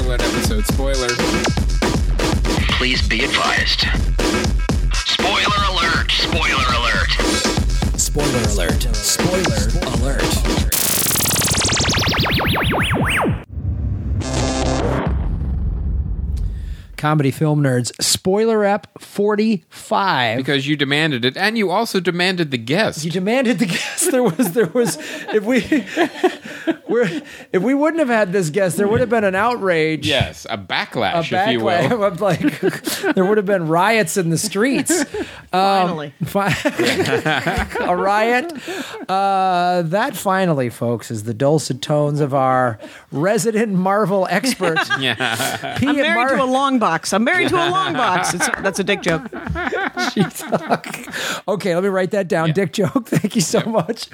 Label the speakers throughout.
Speaker 1: episode spoiler.
Speaker 2: Please be advised. Spoiler alert! Spoiler alert!
Speaker 3: Spoiler alert. Spoiler alert. Comedy Film Nerds Spoiler App 45.
Speaker 1: Because you demanded it, and you also demanded the guest.
Speaker 3: you demanded the guest. There was there was if we we're, if we wouldn't have had this guest, there would have been an outrage.
Speaker 1: yes, a backlash,
Speaker 3: A
Speaker 1: if you will.
Speaker 3: backlash. like there would have been riots in the streets.
Speaker 4: Finally.
Speaker 3: Fi- a riot. Uh, that finally, folks, is the dulcet tones of our resident Marvel expert.
Speaker 1: Yeah.
Speaker 3: P.
Speaker 4: I'm married
Speaker 3: Mar-
Speaker 4: to a long box. I'm married to a long box. It's, that's a dick joke.
Speaker 3: okay, let me write that down. Dick joke. Thank you so much.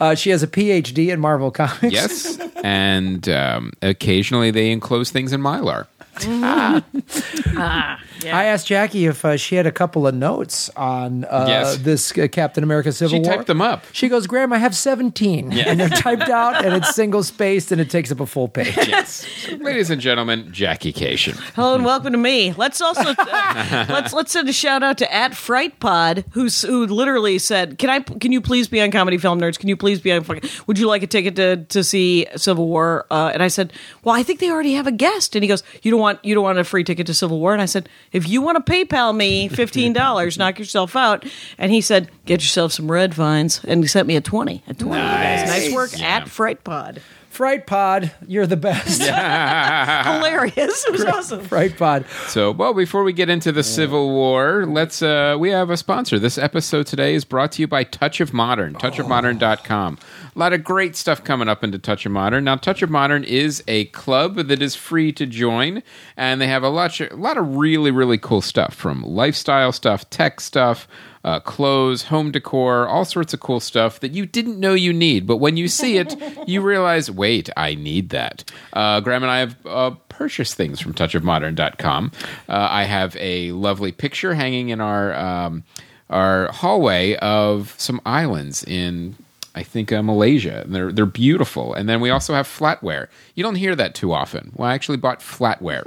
Speaker 3: Uh, she has a PhD in Marvel comics.
Speaker 1: yes, and um, occasionally they enclose things in Mylar.
Speaker 3: I asked Jackie if uh, she had a couple of notes on uh,
Speaker 1: Yes.
Speaker 3: this uh, Captain America Civil
Speaker 1: She
Speaker 3: War.
Speaker 1: typed them up.
Speaker 3: She goes, Graham, I have 17. And they're typed out and it's single spaced and it takes up a full page.
Speaker 1: Yes, ladies and gentlemen, Jackie Cation.
Speaker 4: Hello and welcome to me. Let's also uh, let's let's send a shout out to at Fright Pod who s- who literally said, "Can I? Can you please be on Comedy Film Nerds? Can you please be on? Would you like a ticket to to see Civil War?" Uh, and I said, "Well, I think they already have a guest." And he goes, "You don't want you don't want a free ticket to Civil War?" And I said, "If you want to PayPal me fifteen dollars, knock yourself out." And he said, "Get yourself some red vines," and he sent me a twenty. A twenty. Nice, nice work at Fright Pod.
Speaker 3: Fright Pod, you're the best.
Speaker 1: Uh,
Speaker 4: Hilarious. It was awesome.
Speaker 3: Fright Pod.
Speaker 1: So, well, before we get into the Civil War, let's uh, we have a sponsor. This episode today is brought to you by Touch of Modern, touchofmodern.com. A lot of great stuff coming up into Touch of Modern. Now, Touch of Modern is a club that is free to join, and they have a lot, a lot of really, really cool stuff from lifestyle stuff, tech stuff, uh, clothes, home decor, all sorts of cool stuff that you didn't know you need. But when you see it, you realize, wait, I need that. Uh, Graham and I have uh, purchased things from touchofmodern.com. Uh, I have a lovely picture hanging in our, um, our hallway of some islands in. I think uh, Malaysia, and they're they're beautiful. And then we also have flatware. You don't hear that too often. Well, I actually bought flatware,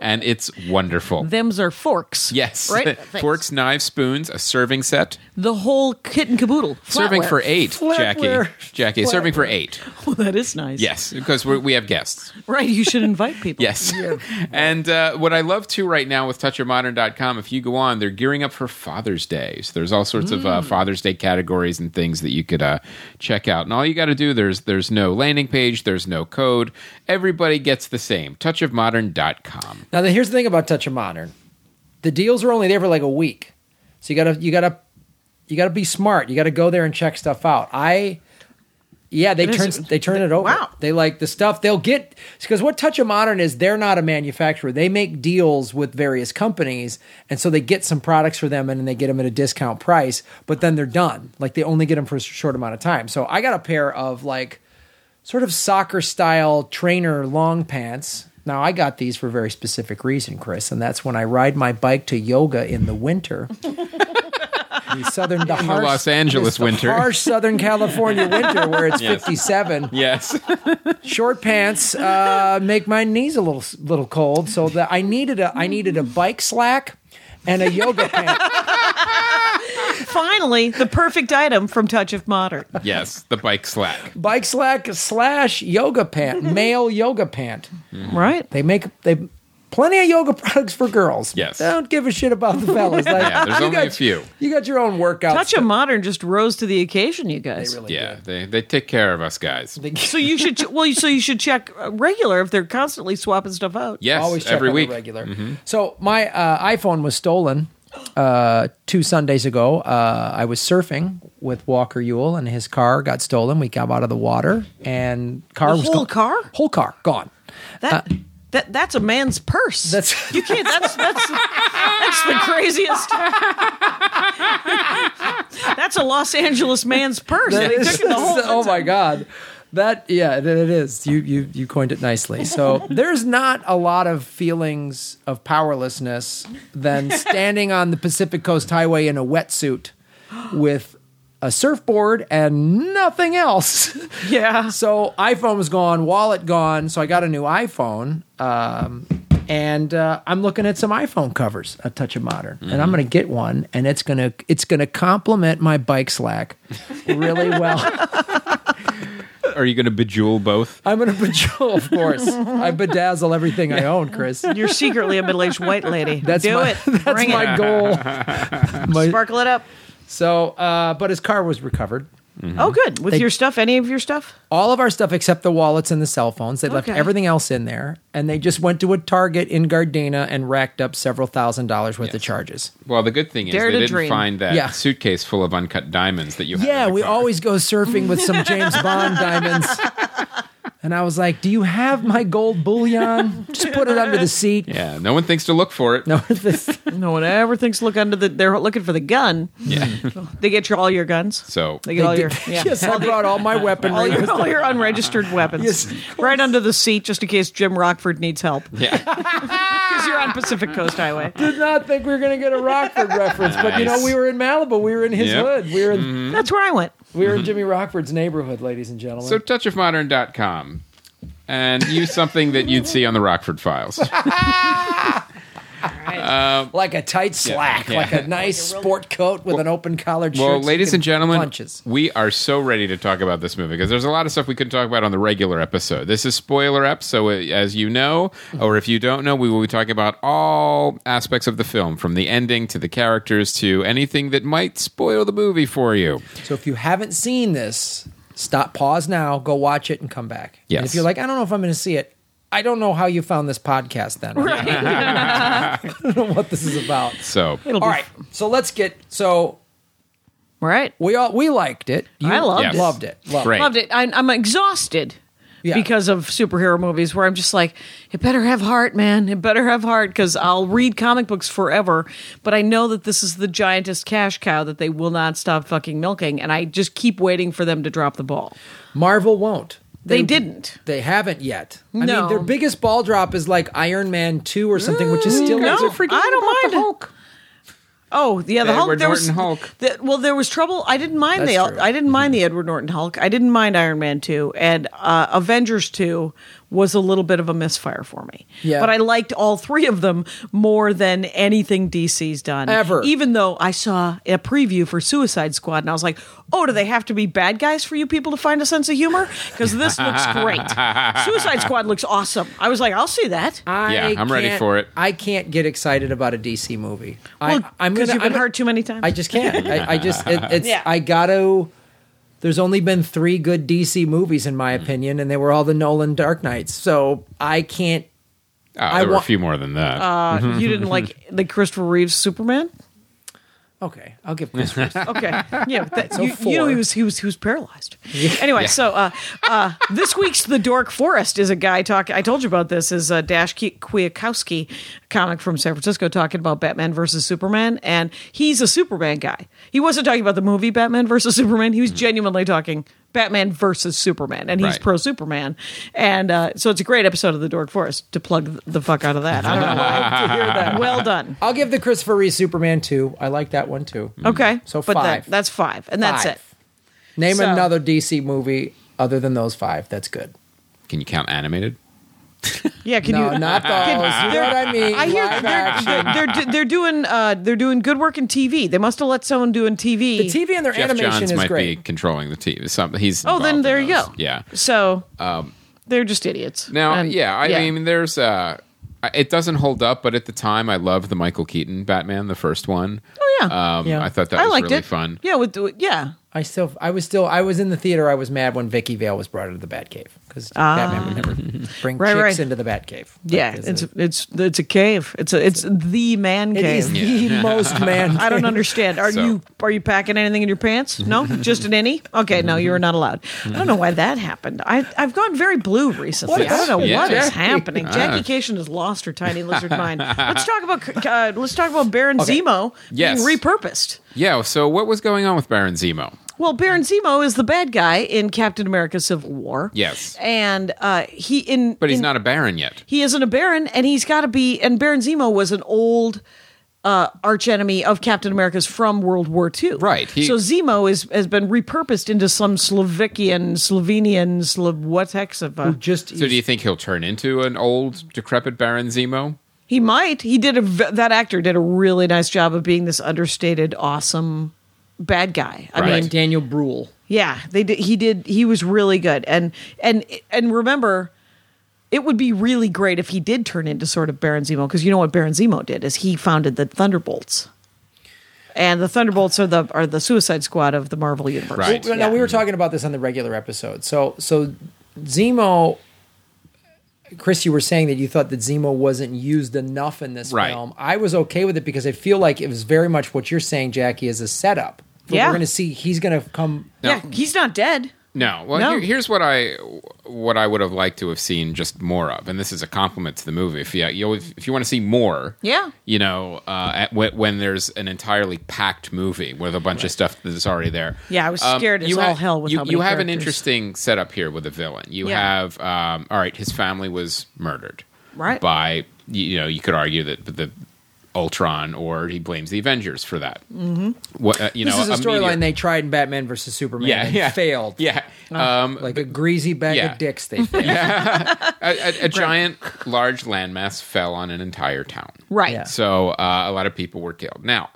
Speaker 1: and it's wonderful.
Speaker 4: Them's are forks.
Speaker 1: Yes.
Speaker 4: Right?
Speaker 1: Forks, knives, spoons, a serving set.
Speaker 4: The whole kit and caboodle.
Speaker 1: Serving
Speaker 4: Flatware.
Speaker 1: for eight,
Speaker 3: Flatware.
Speaker 1: Jackie. Jackie, serving for eight.
Speaker 4: Well, that is nice.
Speaker 1: Yes, because we're, we have guests.
Speaker 4: Right. You should invite people.
Speaker 1: Yes. and uh, what I love too right now with touchyourmodern.com, if you go on, they're gearing up for Father's Day. So there's all sorts of uh,
Speaker 3: Mm.
Speaker 1: Father's Day categories and things that you could uh, check out. And all you got to do, there's there's no landing page, there's no code. Everybody gets the same. Touchofmodern.com.
Speaker 3: Now, the, here's the thing about Touch of Modern. The deals were only there for like a week, so you gotta you gotta you gotta be smart. You gotta go there and check stuff out. I, yeah, they
Speaker 4: It
Speaker 3: turn
Speaker 4: is-
Speaker 3: they turn it over.
Speaker 4: wow.
Speaker 3: They like the stuff they'll get because what Touch of Modern is, they're not a manufacturer. They make deals with various companies, and so they get some products for them, and then they get them at a discount price. But then they're done. Like they only get them for a short amount of time. So I got a pair of like sort of soccer style trainer long pants. Now, I got these for a very specific reason, Chris, and that's when I ride my bike to yoga in the winter. the southern, the harsh,
Speaker 1: Los Angeles
Speaker 3: the
Speaker 1: winter.
Speaker 3: harsh Southern California winter where it's 57.
Speaker 1: Yes.
Speaker 3: Short pants uh, make my knees a little little cold, so that I needed a I needed a bike slack and a yoga pant.
Speaker 4: Finally, the perfect item from Touch of Modern.
Speaker 1: yes. The bike slack.
Speaker 3: Bike slack slash yoga pant, male yoga pant.
Speaker 1: Mm-hmm.
Speaker 4: Right.
Speaker 3: They make they plenty of yoga products for girls.
Speaker 1: Yes.
Speaker 3: They don't give a shit about the fellas. Like,
Speaker 1: Yeah, there's
Speaker 3: you
Speaker 1: only
Speaker 3: got,
Speaker 1: a few.
Speaker 3: You got your own workouts.
Speaker 4: Touch of Modern just rose to the occasion, you guys.
Speaker 1: Yeah, they, they take care of us guys.
Speaker 4: So you should ch- well, so you should check uh, regular if they're constantly swapping stuff out.
Speaker 1: yes,
Speaker 3: always check
Speaker 1: every
Speaker 3: on
Speaker 1: week. Mm-hmm.
Speaker 3: the regular. So my uh, iPhone was stolen uh, two Sundays ago. Uh, I was surfing with Walker Yule, and his car got stolen. We got out of the water, and car
Speaker 4: The
Speaker 3: was
Speaker 4: whole
Speaker 3: gone.
Speaker 4: car?
Speaker 3: whole car gone.
Speaker 4: That
Speaker 1: Uh,
Speaker 4: that that's a man's purse.
Speaker 3: That's-
Speaker 4: you can't. That's that's that's the craziest. that's a Los Angeles man's purse.
Speaker 3: That
Speaker 4: They
Speaker 3: is-
Speaker 4: took the whole.
Speaker 3: oh my god that yeah that it is you you you coined it nicely so there's not a lot of feelings of powerlessness than standing on the pacific coast highway in a wetsuit with a surfboard, and nothing else.
Speaker 4: Yeah.
Speaker 3: So iPhone was gone, wallet gone. So I got a new iPhone, um, and uh, I'm looking at some iPhone covers, a touch of modern, and I'm going to get one, and it's gonna it's gonna complement my bike slack really well.
Speaker 1: Are you going to bejewel both?
Speaker 3: I'm going to bejewel, of course. I bedazzle everything I own, Chris.
Speaker 4: You're secretly a middle-aged white lady.
Speaker 3: That's
Speaker 4: Do
Speaker 3: my
Speaker 4: it.
Speaker 3: that's
Speaker 4: Bring
Speaker 3: my
Speaker 4: it.
Speaker 3: goal. My-
Speaker 4: Sparkle it up.
Speaker 3: so, uh, but his car was recovered.
Speaker 4: Oh, good. With your stuff, any of your stuff?
Speaker 3: all of our stuff except the wallets and the cell phones. They left
Speaker 4: Okay.
Speaker 3: everything else in there, and they just went to a Target in Gardena and racked up several thousand dollars worth of charges.
Speaker 1: Well, the good thing is
Speaker 4: Dare
Speaker 1: they
Speaker 4: to
Speaker 1: didn't
Speaker 4: dream.
Speaker 1: find that
Speaker 3: Yeah.
Speaker 1: suitcase full of uncut diamonds that you had.
Speaker 3: Yeah,
Speaker 1: in the
Speaker 3: we
Speaker 1: car.
Speaker 3: always go surfing with some James Bond diamonds. And I was like, "Do you have my gold bullion? Just put it under the seat."
Speaker 1: Yeah, no one thinks to look for it.
Speaker 3: No, this-
Speaker 4: No one ever thinks look under the. They're looking for the gun.
Speaker 1: Yeah.
Speaker 4: They get you all your guns.
Speaker 1: So
Speaker 4: They get
Speaker 3: they
Speaker 4: all your.
Speaker 3: did-
Speaker 4: Yeah.
Speaker 3: yes, I brought all my
Speaker 4: all
Speaker 3: weaponry.
Speaker 4: your, all your unregistered weapons
Speaker 3: Yes.
Speaker 4: right under the seat just in case jim rockford needs help
Speaker 1: yeah,
Speaker 4: because you're on pacific coast highway
Speaker 3: Did not think we were going to get a Rockford reference, but you know,
Speaker 1: Nice.
Speaker 3: we were in Malibu. We were in his
Speaker 1: Yep.
Speaker 3: hood. We were in
Speaker 4: that's where i went
Speaker 3: we were in Jimmy Rockford's neighborhood, ladies and gentlemen.
Speaker 1: so touchofmodern.com and use something that you'd see on the Rockford Files.
Speaker 3: like a tight slack,
Speaker 1: yeah.
Speaker 3: like a nice sport coat with an open collared shirt.
Speaker 1: Well,
Speaker 3: so
Speaker 1: ladies
Speaker 3: you
Speaker 1: and
Speaker 3: can
Speaker 1: gentlemen,
Speaker 3: punches.
Speaker 1: we are so ready to talk about this movie because there's a lot of stuff we couldn't talk about on the regular episode. This is spoiler up, so uh, as you know, or if you don't know, we will be talking about all aspects of the film, from the ending to the characters to anything that might spoil the movie for you.
Speaker 3: So if you haven't seen this, stop, pause now, go watch it, and come back. And
Speaker 1: Yes.
Speaker 3: if you're like, I don't know if I'm going to see it, I don't know how you found this podcast. Then I don't know what this is about.
Speaker 1: So, uh,
Speaker 4: it'll
Speaker 3: All
Speaker 4: be
Speaker 3: right, so let's get so
Speaker 4: all right
Speaker 3: we all we liked it. You
Speaker 4: I loved Yes. it.
Speaker 3: Loved it. Loved
Speaker 1: Great.
Speaker 3: It.
Speaker 4: loved it I, i'm exhausted
Speaker 3: Yeah.
Speaker 4: because of superhero movies where i'm just like it better have heart man it better have heart because i'll read comic books forever but i know that this is the giantest cash cow that they will not stop fucking milking and i just keep waiting for them to drop the ball
Speaker 3: Marvel won't.
Speaker 4: they didn't
Speaker 3: They haven't yet. I mean,
Speaker 4: No.
Speaker 3: their biggest ball drop is like Iron Man two or something, which is still
Speaker 4: Mm, No,
Speaker 3: is it freaking
Speaker 4: I don't
Speaker 3: about the
Speaker 4: mind.
Speaker 3: Hulk.
Speaker 4: Oh, yeah, the
Speaker 1: The
Speaker 4: Hulk.
Speaker 1: Edward
Speaker 4: there was,
Speaker 1: Norton Hulk. Mm-hmm.
Speaker 4: the- well, there was trouble. I didn't mind
Speaker 3: That's
Speaker 4: the
Speaker 3: true.
Speaker 4: I didn't mind the Edward Norton Hulk. I didn't mind Iron Man two and uh, Avengers two was a little bit of a misfire for me.
Speaker 3: Yeah.
Speaker 4: but I liked all three of them more than anything DC's done
Speaker 3: Ever.
Speaker 4: Even though I saw a preview for Suicide Squad and I was like, oh, do they have to be bad guys for you people to find a sense of humor? Because this looks great. Suicide Squad looks awesome. I was like, I'll see that.
Speaker 3: I
Speaker 1: Yeah, I'm ready
Speaker 3: can't-
Speaker 1: for it.
Speaker 3: I can't get excited about a DC movie.
Speaker 4: Well,
Speaker 3: I, I'm
Speaker 4: 'cause
Speaker 3: gonna.
Speaker 4: you've been
Speaker 3: I'm-
Speaker 4: hurt too many times.
Speaker 3: I just can't. I, I just. It, it's.
Speaker 4: Yeah.
Speaker 3: I gotta. There's only been three good DC movies, in my
Speaker 1: Mm.
Speaker 3: opinion, and they were all the Nolan Dark Knights. So I can't.
Speaker 1: oh, there were
Speaker 3: wa-
Speaker 1: a few more than that.
Speaker 4: Uh,
Speaker 3: Mm-hmm.
Speaker 4: you didn't like the Christopher Reeves Superman?
Speaker 3: Okay, I'll give Chris. first.
Speaker 4: Okay. Yeah. That, you, you know,
Speaker 3: four.
Speaker 4: he was he was he was paralyzed. Anyway, so uh, uh, this week's The Dork Forest is a guy talking. I told you about this. Is uh, Dash Ki- Kwiatkowski, comic from San Francisco, talking about Batman versus Superman, and he's a Superman guy. He wasn't talking about the movie Batman versus Superman. He was
Speaker 3: Hmm.
Speaker 4: genuinely talking. Batman versus Superman, and he's
Speaker 1: Right.
Speaker 4: pro Superman, and uh, so it's a great episode of the Dork Forest to plug the fuck out of that. I don't know why.
Speaker 3: To hear that.
Speaker 4: well done.
Speaker 3: I'll give the Christopher Reeve Superman two. I like that one too.
Speaker 1: Mm.
Speaker 4: Okay,
Speaker 3: So
Speaker 4: but that-
Speaker 3: five.
Speaker 4: that's five, and that's
Speaker 3: Five.
Speaker 4: it.
Speaker 3: Name
Speaker 4: So-
Speaker 3: another DC movie other than those five. That's good.
Speaker 1: Can you count animated?
Speaker 4: Yeah, can
Speaker 3: No,
Speaker 4: you?
Speaker 3: not those. You know what I mean?
Speaker 4: I hear
Speaker 3: Live
Speaker 4: they're,
Speaker 3: action.
Speaker 4: they're, they're they're doing uh, they're doing good work in TV. They must have let someone doing TV.
Speaker 3: the TV and their
Speaker 1: Jeff
Speaker 3: animation
Speaker 1: Johns
Speaker 3: is
Speaker 1: might
Speaker 3: great.
Speaker 1: be controlling the team. Something he's.
Speaker 4: Oh,
Speaker 1: involved
Speaker 4: then
Speaker 1: in
Speaker 4: there you
Speaker 1: those.
Speaker 4: go.
Speaker 1: Yeah.
Speaker 4: So they're just idiots.
Speaker 1: Now,
Speaker 4: And-
Speaker 1: yeah, I mean, there's uh, I- it doesn't hold up, but at the time, I loved the Michael Keaton Batman, the first one.
Speaker 4: Oh, yeah.
Speaker 1: um,
Speaker 3: Yeah.
Speaker 1: I thought that
Speaker 4: I
Speaker 1: was
Speaker 4: liked
Speaker 1: really
Speaker 4: it.
Speaker 1: fun.
Speaker 4: Yeah, with the- yeah.
Speaker 3: I still, I was still, I was in the theater. I was mad when Vicky Vale was brought into the Batcave because Batman would never bring
Speaker 4: Ah. Right,
Speaker 3: chicks
Speaker 4: right.
Speaker 3: into the Batcave.
Speaker 4: Yeah,
Speaker 3: Like,
Speaker 4: it's it's it's a cave. It's a it's the man
Speaker 3: it
Speaker 4: cave.
Speaker 3: is the most man.
Speaker 4: I don't
Speaker 3: cave.
Speaker 4: understand. Are
Speaker 1: So-
Speaker 4: you are you packing anything in your pants? No, just in any. Okay, no, you're not allowed. I don't know why that happened. I I've gone very blue recently. I don't know
Speaker 1: Yeah.
Speaker 4: what is
Speaker 1: Jackie. Ah.
Speaker 4: happening. Jackie Cation has lost her tiny lizard mind. Let's talk about uh, let's talk about Baron Zemo
Speaker 1: Yes.
Speaker 4: being repurposed.
Speaker 1: Yeah. So, what was going on with Baron Zemo?
Speaker 4: Well, Baron Zemo is the bad guy in Captain America: Civil War.
Speaker 1: Yes.
Speaker 4: and uh, he in
Speaker 1: But he's
Speaker 4: in-
Speaker 1: not a Baron yet.
Speaker 4: he isn't a baron and he's got to be and baron zemo was an old uh, arch enemy of Captain America's from World War II.
Speaker 1: Right. He-
Speaker 4: so Zemo is has been repurposed into some Slovakian, Slovenian, Slav what heck's of a.
Speaker 3: Just
Speaker 1: So do you think he'll turn into an old, decrepit Baron Zemo?
Speaker 4: He might. He did a v- that actor did a really nice job of being this understated, awesome bad guy. I
Speaker 1: Right.
Speaker 4: mean,
Speaker 3: Daniel Bruhl.
Speaker 4: yeah, they did. He did. He was really good. And and and remember, it would be really great if he did turn into sort of Baron Zemo because you know what Baron Zemo did is he founded the Thunderbolts, and the Thunderbolts are the are the Suicide Squad of the Marvel universe.
Speaker 1: Right.
Speaker 3: Well, Now we were talking about this on the regular episode. So so Zemo, Chris, you were saying that you thought that Zemo wasn't used enough in this
Speaker 1: Right.
Speaker 3: film. I was okay with it because I feel like it was very much what you're saying, Jackie, is a setup. But
Speaker 4: Yeah.
Speaker 3: we're going to see he's going to come.
Speaker 4: Yeah, he's not dead.
Speaker 1: No. Well,
Speaker 4: No.
Speaker 1: Here, here's what I what I would have liked to have seen just more of, and this is a compliment to the movie. If you you know, if, if you want to see more,
Speaker 4: Yeah.
Speaker 1: you know, uh, at, when, when there's an entirely packed movie with a bunch of stuff that's already there. Um,
Speaker 4: Yeah, I was scared as
Speaker 1: you
Speaker 4: all hell with
Speaker 1: you,
Speaker 4: how many
Speaker 1: you have an
Speaker 4: characters.
Speaker 1: interesting setup here with a villain. You
Speaker 4: Yeah.
Speaker 1: have um, all right. His family was murdered,
Speaker 4: Right.
Speaker 1: By you know, you could argue that the Ultron, or he blames the Avengers for that. Mm-hmm. What uh, you
Speaker 3: This
Speaker 1: know,
Speaker 3: is a
Speaker 1: meteor-
Speaker 3: storyline they tried in Batman versus Superman
Speaker 1: yeah,
Speaker 3: and
Speaker 1: yeah,
Speaker 3: failed.
Speaker 1: Yeah, um,
Speaker 3: Like a greasy bag
Speaker 1: Yeah.
Speaker 3: of dicks they failed.
Speaker 1: a, a- a giant, large landmass fell on an entire town.
Speaker 4: Right.
Speaker 3: Yeah.
Speaker 1: So uh, a lot of people were killed. Now,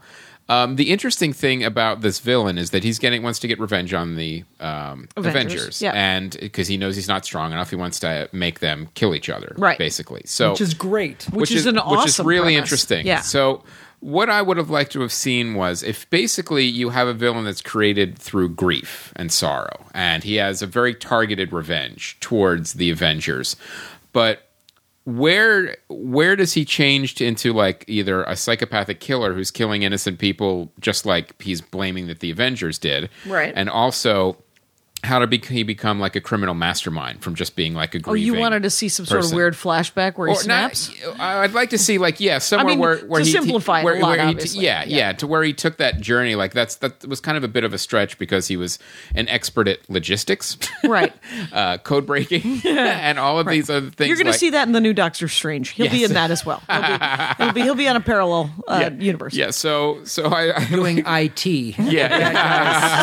Speaker 1: um, the interesting thing about this villain is that he's getting wants to get revenge on the um, Avengers,
Speaker 4: Avengers, yeah.
Speaker 1: and because he knows he's not strong enough, he wants to make them kill each other.
Speaker 4: Right.
Speaker 1: Basically, so
Speaker 3: Which is great.
Speaker 4: Which is an
Speaker 1: which is
Speaker 4: awesome
Speaker 1: really
Speaker 4: premise.
Speaker 1: interesting.
Speaker 4: Yeah.
Speaker 1: So what I would have liked to have seen was if basically you have a villain that's created through grief and sorrow, and he has a very targeted revenge towards the Avengers, but where where does he change into like either a psychopathic killer who's killing innocent people just like he's blaming that the Avengers did,
Speaker 4: Right.
Speaker 1: And also how to be, he become like a criminal mastermind from just being like a
Speaker 4: Oh, you
Speaker 1: grieving
Speaker 4: wanted to see some sort of
Speaker 1: person.
Speaker 4: weird flashback where he
Speaker 1: Or not-
Speaker 4: snaps?
Speaker 1: I- I'd like to see like yeah somewhere
Speaker 4: mean,
Speaker 1: where where
Speaker 4: to
Speaker 1: he
Speaker 4: simplify it a
Speaker 1: where,
Speaker 4: lot,
Speaker 1: where he
Speaker 4: obviously.
Speaker 1: yeah, yeah
Speaker 4: Yeah.
Speaker 1: to where he took that journey like that's that was kind of a bit of a stretch because he was an expert at logistics
Speaker 4: right.
Speaker 1: uh, code breaking and all of these other things
Speaker 4: You're going
Speaker 1: like-
Speaker 4: to see that in the new Doctor Strange. He'll be
Speaker 1: Yes.
Speaker 4: in that as well. He'll be, he'll be, he'll be on a parallel uh, universe
Speaker 1: yeah so so I, I
Speaker 3: Doing IT.
Speaker 1: yeah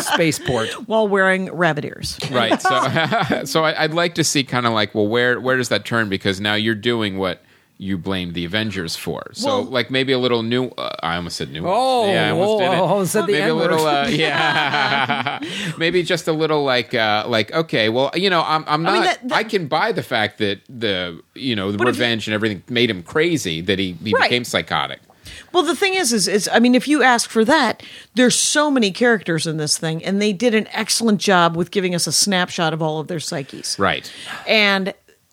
Speaker 3: Spaceport.
Speaker 4: while wearing rabbit ears.
Speaker 1: right so so I, i'd like to see kind of like well where where does that turn because now you're doing what you blamed the Avengers for, so
Speaker 4: Well-
Speaker 1: like maybe a little new. Uh, I almost said new.
Speaker 3: Oh,
Speaker 1: yeah, I almost
Speaker 3: oh,
Speaker 1: did it.
Speaker 3: oh, said the
Speaker 1: maybe a
Speaker 3: N-word.
Speaker 1: little. Uh, yeah, maybe just a little like uh, like okay, well you know I'm I'm not I,
Speaker 4: mean, that- that-
Speaker 1: can buy the fact that the you know the
Speaker 4: But if you-
Speaker 1: revenge and everything made him crazy that he he
Speaker 4: Right.
Speaker 1: became psychotic.
Speaker 4: Well, the thing is, is, is, I mean, if you ask for that, there's so many characters in this thing, and they did an excellent job with giving us a snapshot of all of their psyches.
Speaker 1: Right.
Speaker 4: And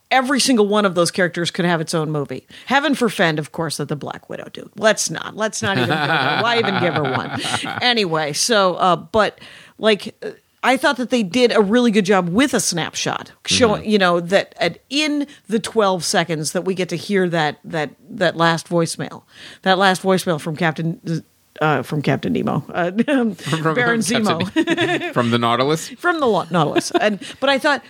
Speaker 4: every single one of those characters could have its own movie. Heaven forfend, of course, that the Black Widow do. Let's not. Let's not even. Give her, why even give her one? Anyway, so uh, but like. uh, I thought that they did a really good job with a snapshot, showing you know that at, in the twelve seconds that we get to hear that that that last voicemail, that last voicemail from Captain uh, from Captain Nemo, uh, Baron Zemo,
Speaker 1: from the Nautilus.
Speaker 4: from the Lo- Nautilus. and but I thought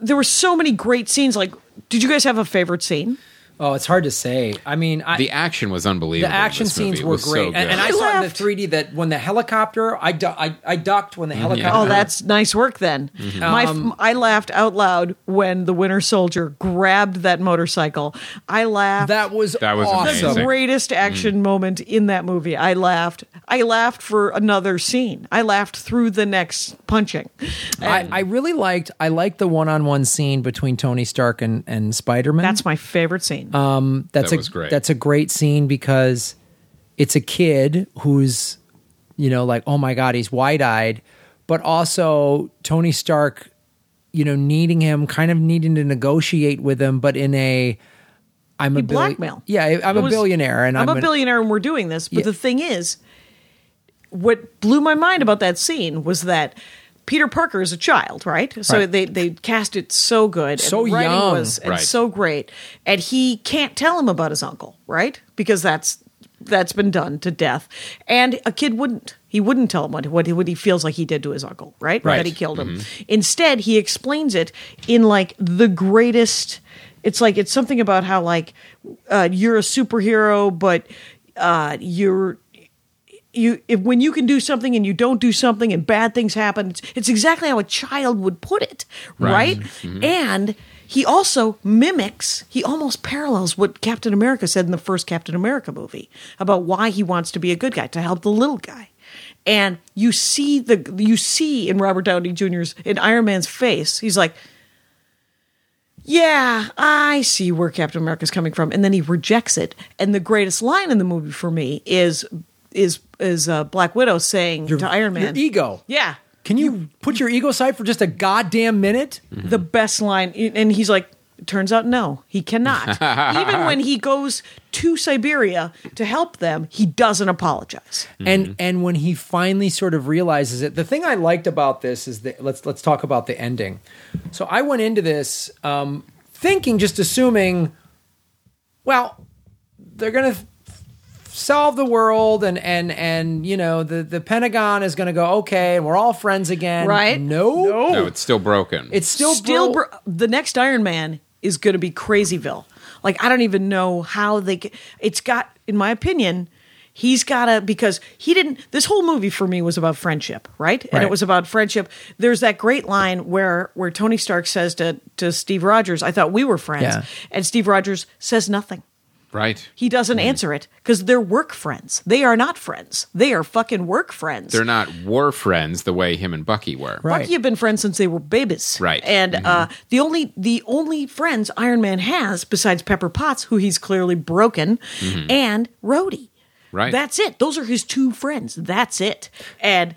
Speaker 4: there were so many great scenes. Like, did you guys have a favorite scene?
Speaker 3: Oh, it's hard to say. I mean, I,
Speaker 1: The action was unbelievable.
Speaker 3: the
Speaker 1: in
Speaker 3: action
Speaker 1: this
Speaker 3: scenes
Speaker 1: movie. It
Speaker 3: were
Speaker 1: was so
Speaker 3: great, and,
Speaker 1: good.
Speaker 3: and I
Speaker 4: I
Speaker 3: saw in the
Speaker 4: laughed.
Speaker 3: 3D that when the helicopter, I, du- I, I ducked
Speaker 1: Mm,
Speaker 3: when the helicopter.
Speaker 4: Oh, that's nice work then.
Speaker 3: Mm-hmm.
Speaker 4: My,
Speaker 3: Um,
Speaker 4: I laughed out loud when the Winter Soldier grabbed that motorcycle. I laughed.
Speaker 3: that was
Speaker 1: That was
Speaker 3: awesome. Mm.
Speaker 1: amazing.
Speaker 4: the greatest action moment in that movie. I laughed. I laughed for another scene. I laughed through the next punching.
Speaker 3: I, I really liked I liked the one on one scene between Tony Stark and and Spider Man.
Speaker 4: That's my favorite scene.
Speaker 3: that's
Speaker 1: That
Speaker 3: a
Speaker 1: was great.
Speaker 3: that's a great scene because it's a kid who's you know like oh my god he's wide eyed, but also Tony Stark, you know needing him, kind of needing to negotiate with him, but in a I'm a
Speaker 4: He
Speaker 3: billi-
Speaker 4: blackmail.
Speaker 3: Yeah, I- I'm
Speaker 4: It
Speaker 3: a
Speaker 4: was-
Speaker 3: billionaire, and I'm,
Speaker 4: I'm, a
Speaker 3: an-
Speaker 4: billionaire, and we're doing this. But
Speaker 3: Yeah.
Speaker 4: the thing is, what blew my mind about that scene was that Peter Parker is a child, right? So
Speaker 3: Right.
Speaker 4: they they cast it so good,
Speaker 3: So
Speaker 4: and the writing
Speaker 3: young.
Speaker 4: was and
Speaker 1: Right.
Speaker 4: so great, and he can't tell him about his uncle, right? Because that's that's been done to death, and a kid wouldn't. He wouldn't tell him what what he, what he feels like he did to his uncle, right?
Speaker 3: Right.
Speaker 4: That he killed him. Instead, he explains it in like the greatest. It's like it's something about how like uh, you're a superhero, but uh, you're you if, when you can do something and you don't do something and bad things happen it's, it's exactly how a child would put it right, and he also mimics he almost parallels what captain america said in the first captain america movie about why he wants to be a good guy to help the little guy and you see the you see in robert downey jr's in iron man's face he's like yeah, I see where Captain America's coming from, and then he rejects it. And the greatest line in the movie for me is is is uh, Black Widow saying to Iron Man,
Speaker 3: Your ego.
Speaker 4: Yeah,
Speaker 3: Can you put your ego aside for just a goddamn minute?
Speaker 4: the best line, and he's like. Turns out, no, he cannot. Even when he goes to Siberia to help them, he doesn't apologize.
Speaker 3: and and when he finally sort of realizes it the thing i liked about this is that let's let's talk about the ending so i went into this um thinking just assuming well they're gonna f- solve the world and and and you know the the pentagon is gonna go okay and we're all friends again
Speaker 4: Right.
Speaker 3: no
Speaker 4: Oh.
Speaker 1: No, it's still broken.
Speaker 3: it's still
Speaker 4: still
Speaker 3: bro-
Speaker 4: bro- the next Iron Man is going to be Crazyville. Like I don't even know how they. Get, it's got, in my opinion, he's got to because he didn't. This whole movie for me was about friendship, right? And
Speaker 3: Right.
Speaker 4: it was about friendship. There's that great line where where Tony Stark says to to Steve Rogers, "I thought we were friends,"
Speaker 3: Yeah.
Speaker 4: and Steve Rogers says nothing.
Speaker 1: right.
Speaker 4: He doesn't
Speaker 3: Mm.
Speaker 4: answer it because they're work friends. They are not friends. They are fucking work friends.
Speaker 1: They're not war friends the way him and Bucky were.
Speaker 3: Right.
Speaker 4: Bucky have been friends since they were babies.
Speaker 1: Right.
Speaker 4: And uh, the only the only friends Iron Man has besides Pepper Potts, who he's clearly broken, and Rhodey.
Speaker 1: Right.
Speaker 4: That's it. Those are his two friends. That's it. And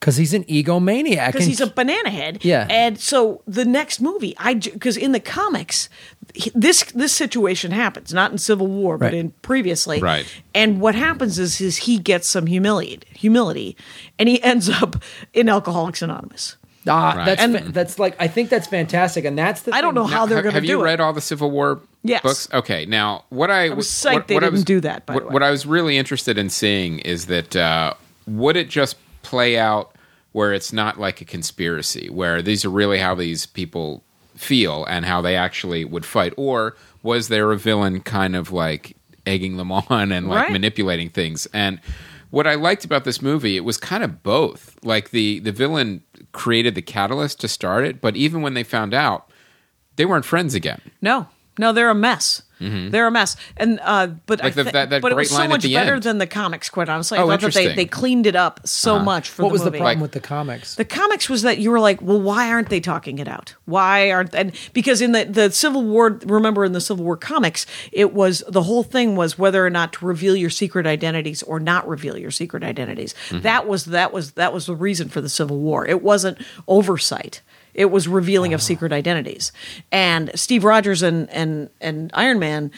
Speaker 3: because he's an egomaniac
Speaker 4: because
Speaker 3: and-
Speaker 4: he's a banana head.
Speaker 3: Yeah.
Speaker 4: And so the next movie, I because in the comics, he- this this situation happens not in Civil War,
Speaker 3: Right.
Speaker 4: but in previously.
Speaker 1: Right.
Speaker 4: And what happens is is he gets some humiliated humility, and he ends up in Alcoholics Anonymous.
Speaker 3: ah,
Speaker 1: Right.
Speaker 3: that's
Speaker 1: And-
Speaker 3: fa- that's like i think that's fantastic and that's the
Speaker 4: I don't
Speaker 3: thing-
Speaker 4: know how they're
Speaker 1: have,
Speaker 4: going to
Speaker 1: have
Speaker 4: do
Speaker 1: you
Speaker 4: it.
Speaker 1: read all the Civil War
Speaker 4: Yes.
Speaker 1: books? Okay. Now, what I,
Speaker 4: was psyched
Speaker 1: what,
Speaker 4: they
Speaker 1: what I
Speaker 4: didn't
Speaker 1: was,
Speaker 4: do that, by the
Speaker 1: what,
Speaker 4: way.
Speaker 1: what I was really interested in seeing is that uh, would it just play out where it's not like a conspiracy, where these are really how these people feel and how they actually would fight, or was there a villain kind of like egging them on and like
Speaker 4: Right.
Speaker 1: manipulating things and what i liked about this movie it was kind of both like the the villain created the catalyst to start it but even when they found out they weren't friends again.
Speaker 4: No, no, they're a mess. They're a mess. And uh, but
Speaker 1: Mm-hmm.
Speaker 4: I
Speaker 1: Like the-
Speaker 4: thi-
Speaker 1: that- that
Speaker 4: but it
Speaker 1: great
Speaker 4: was so
Speaker 1: line at
Speaker 4: much
Speaker 1: the
Speaker 4: better
Speaker 1: end.
Speaker 4: than the comics. Quite honestly, I
Speaker 1: Oh,
Speaker 4: thought that they
Speaker 1: interesting. Uh-huh.
Speaker 4: they cleaned it up so much for
Speaker 3: what
Speaker 4: the
Speaker 3: was the
Speaker 4: movie.
Speaker 3: problem
Speaker 1: Like-
Speaker 3: with the comics
Speaker 4: The comics was that you were like, well, why aren't they talking it out? Why aren't and because in the the Civil War, remember in the Civil War comics, it was the whole thing was whether or not to reveal your secret identities or not reveal your secret identities. That was that was that was the reason for the Civil War. It wasn't oversight. It was revealing of secret identities. And Steve Rogers and and and Iron Man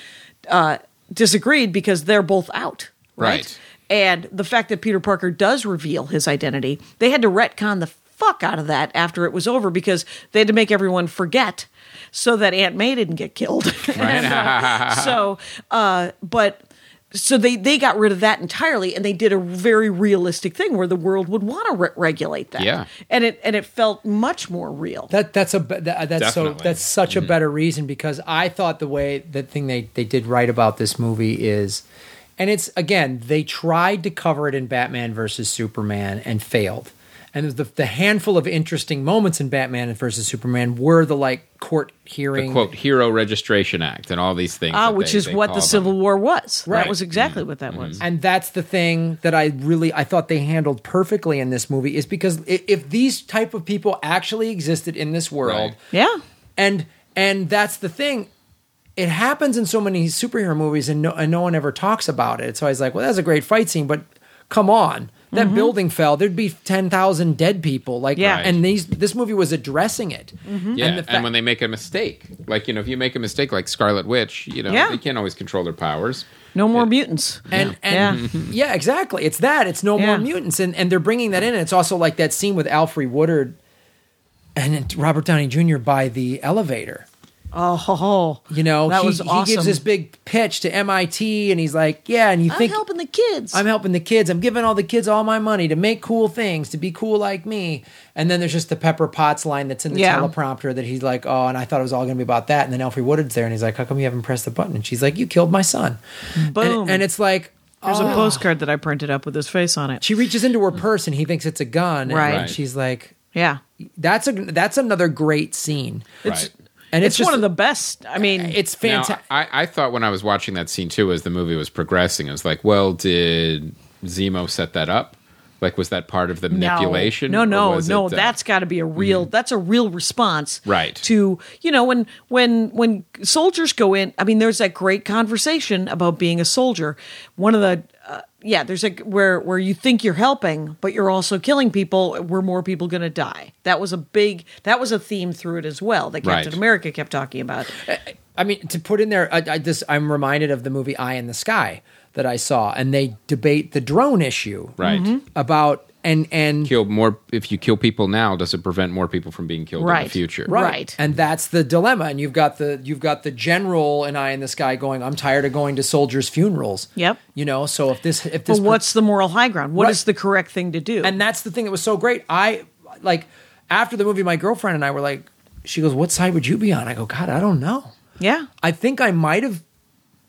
Speaker 4: uh, disagreed because they're both out.
Speaker 1: Right.
Speaker 4: right? And the fact that Peter Parker does reveal his identity, they had to retcon the fuck out of that after it was over because they had to make everyone forget so that Aunt May didn't get killed. And, uh, so, uh, but so they they got rid of that entirely, and they did a very realistic thing where the world would want to re- regulate that.
Speaker 1: Yeah.
Speaker 4: and it and it felt much more real.
Speaker 3: That that's a be- that, uh, that's so
Speaker 1: Definitely.
Speaker 3: that's such a better reason because I thought the way the thing they they did right about this movie is, and it's again they tried to cover it in Batman versus Superman and failed, and the the handful of interesting moments in Batman versus Superman were the like court hearing
Speaker 1: The quote Hero Registration Act and all these things.
Speaker 4: Ah,
Speaker 1: that
Speaker 4: which
Speaker 1: they-
Speaker 4: is
Speaker 1: they
Speaker 4: what
Speaker 1: call
Speaker 4: the
Speaker 1: them.
Speaker 4: Civil War was.
Speaker 3: Right.
Speaker 4: That was exactly what that was.
Speaker 3: and that's the thing that i really i thought they handled perfectly in this movie is because i- if these type of people actually existed in this world
Speaker 1: Right.
Speaker 4: Yeah,
Speaker 3: and and that's the thing it happens in so many superhero movies and no, and no one ever talks about it so i was like well that's a great fight scene but come on that building fell there'd be 10,000 dead people like
Speaker 4: Mm-hmm. Yeah. Mm-hmm.
Speaker 1: Right.
Speaker 3: and these this movie was addressing it
Speaker 1: Yeah, and,
Speaker 3: the fact-
Speaker 1: when they make a mistake, like you know, if you make a mistake, like Scarlet Witch, you know,
Speaker 4: Yeah.
Speaker 1: they can't always control their powers.
Speaker 4: no more mutants.
Speaker 3: and and
Speaker 1: Mm-hmm.
Speaker 3: yeah. exactly it's that it's no more
Speaker 4: Yeah.
Speaker 3: mutants and and they're bringing that in and it's also like that scene with Alfred Woodard and it- Robert Downey Jr. by the elevator
Speaker 4: oh, ho, ho.
Speaker 3: you know
Speaker 4: that
Speaker 3: he,
Speaker 4: was awesome. Oh,
Speaker 3: he gives this big pitch to MIT and he's like yeah and you
Speaker 4: I'm
Speaker 3: think
Speaker 4: helping the kids.
Speaker 3: I'm helping the kids. I'm giving all the kids all my money to make cool things, to be cool like me. And then there's just the Pepper Potts line that's in the
Speaker 4: Yeah.
Speaker 3: teleprompter that he's like, oh, and I thought it was all going to be about that. And then Alfred Woodard's there and he's like, how come you haven't pressed the button? And she's like, you killed my son. And-
Speaker 4: Boom.
Speaker 3: And, it's like, oh.
Speaker 4: There's a postcard that I printed up with his face on it.
Speaker 3: She reaches into her purse and he thinks it's a gun. and
Speaker 4: Right.
Speaker 1: Right.
Speaker 3: she's like,
Speaker 4: Yeah.
Speaker 3: that's a that's another great scene.
Speaker 1: Right.
Speaker 3: And
Speaker 4: It's,
Speaker 3: it's, just,
Speaker 4: one of the best. I mean,
Speaker 3: it's
Speaker 1: Now,
Speaker 3: fantastic.
Speaker 1: I, I thought when I was watching that scene too, as the movie was progressing, I was like, well, did Zemo set that up? Like, was that part of the
Speaker 4: No.
Speaker 1: manipulation?
Speaker 4: No,
Speaker 1: Or
Speaker 4: no,
Speaker 1: was it,
Speaker 4: no.
Speaker 1: uh, Mm-hmm.
Speaker 4: that's got to be a real. That's a real response,
Speaker 1: Right.
Speaker 4: To you know when when when soldiers go in. I mean, there's that great conversation about being a soldier. One of the uh, yeah, there's like where where you think you're helping, but you're also killing people. Were more people going to die? That was a big. That was a theme through it as well. That Captain
Speaker 1: Right.
Speaker 4: America kept talking about.
Speaker 3: I mean, to put in there, I, I just I'm reminded of the movie Eye in the Sky that I saw, and they debate the drone issue,
Speaker 1: right.
Speaker 4: Mm-hmm.
Speaker 3: About and and
Speaker 1: Kill more if you kill people now, does it prevent more people from being killed in
Speaker 4: Right.
Speaker 1: the future?
Speaker 4: Right.
Speaker 3: and that's the dilemma. And you've got the you've got the general and Eye in the Sky going. I'm tired of going to soldiers' funerals.
Speaker 4: Yep.
Speaker 3: You know, so if this if this
Speaker 4: But what's the moral high ground? What is
Speaker 3: Right.
Speaker 4: the correct thing to do?
Speaker 3: and that's the thing that was so great. I like after the movie, my girlfriend and I were like, she goes, "What side would you be on?" I go, "God, I don't know.
Speaker 4: yeah.
Speaker 3: I think I might have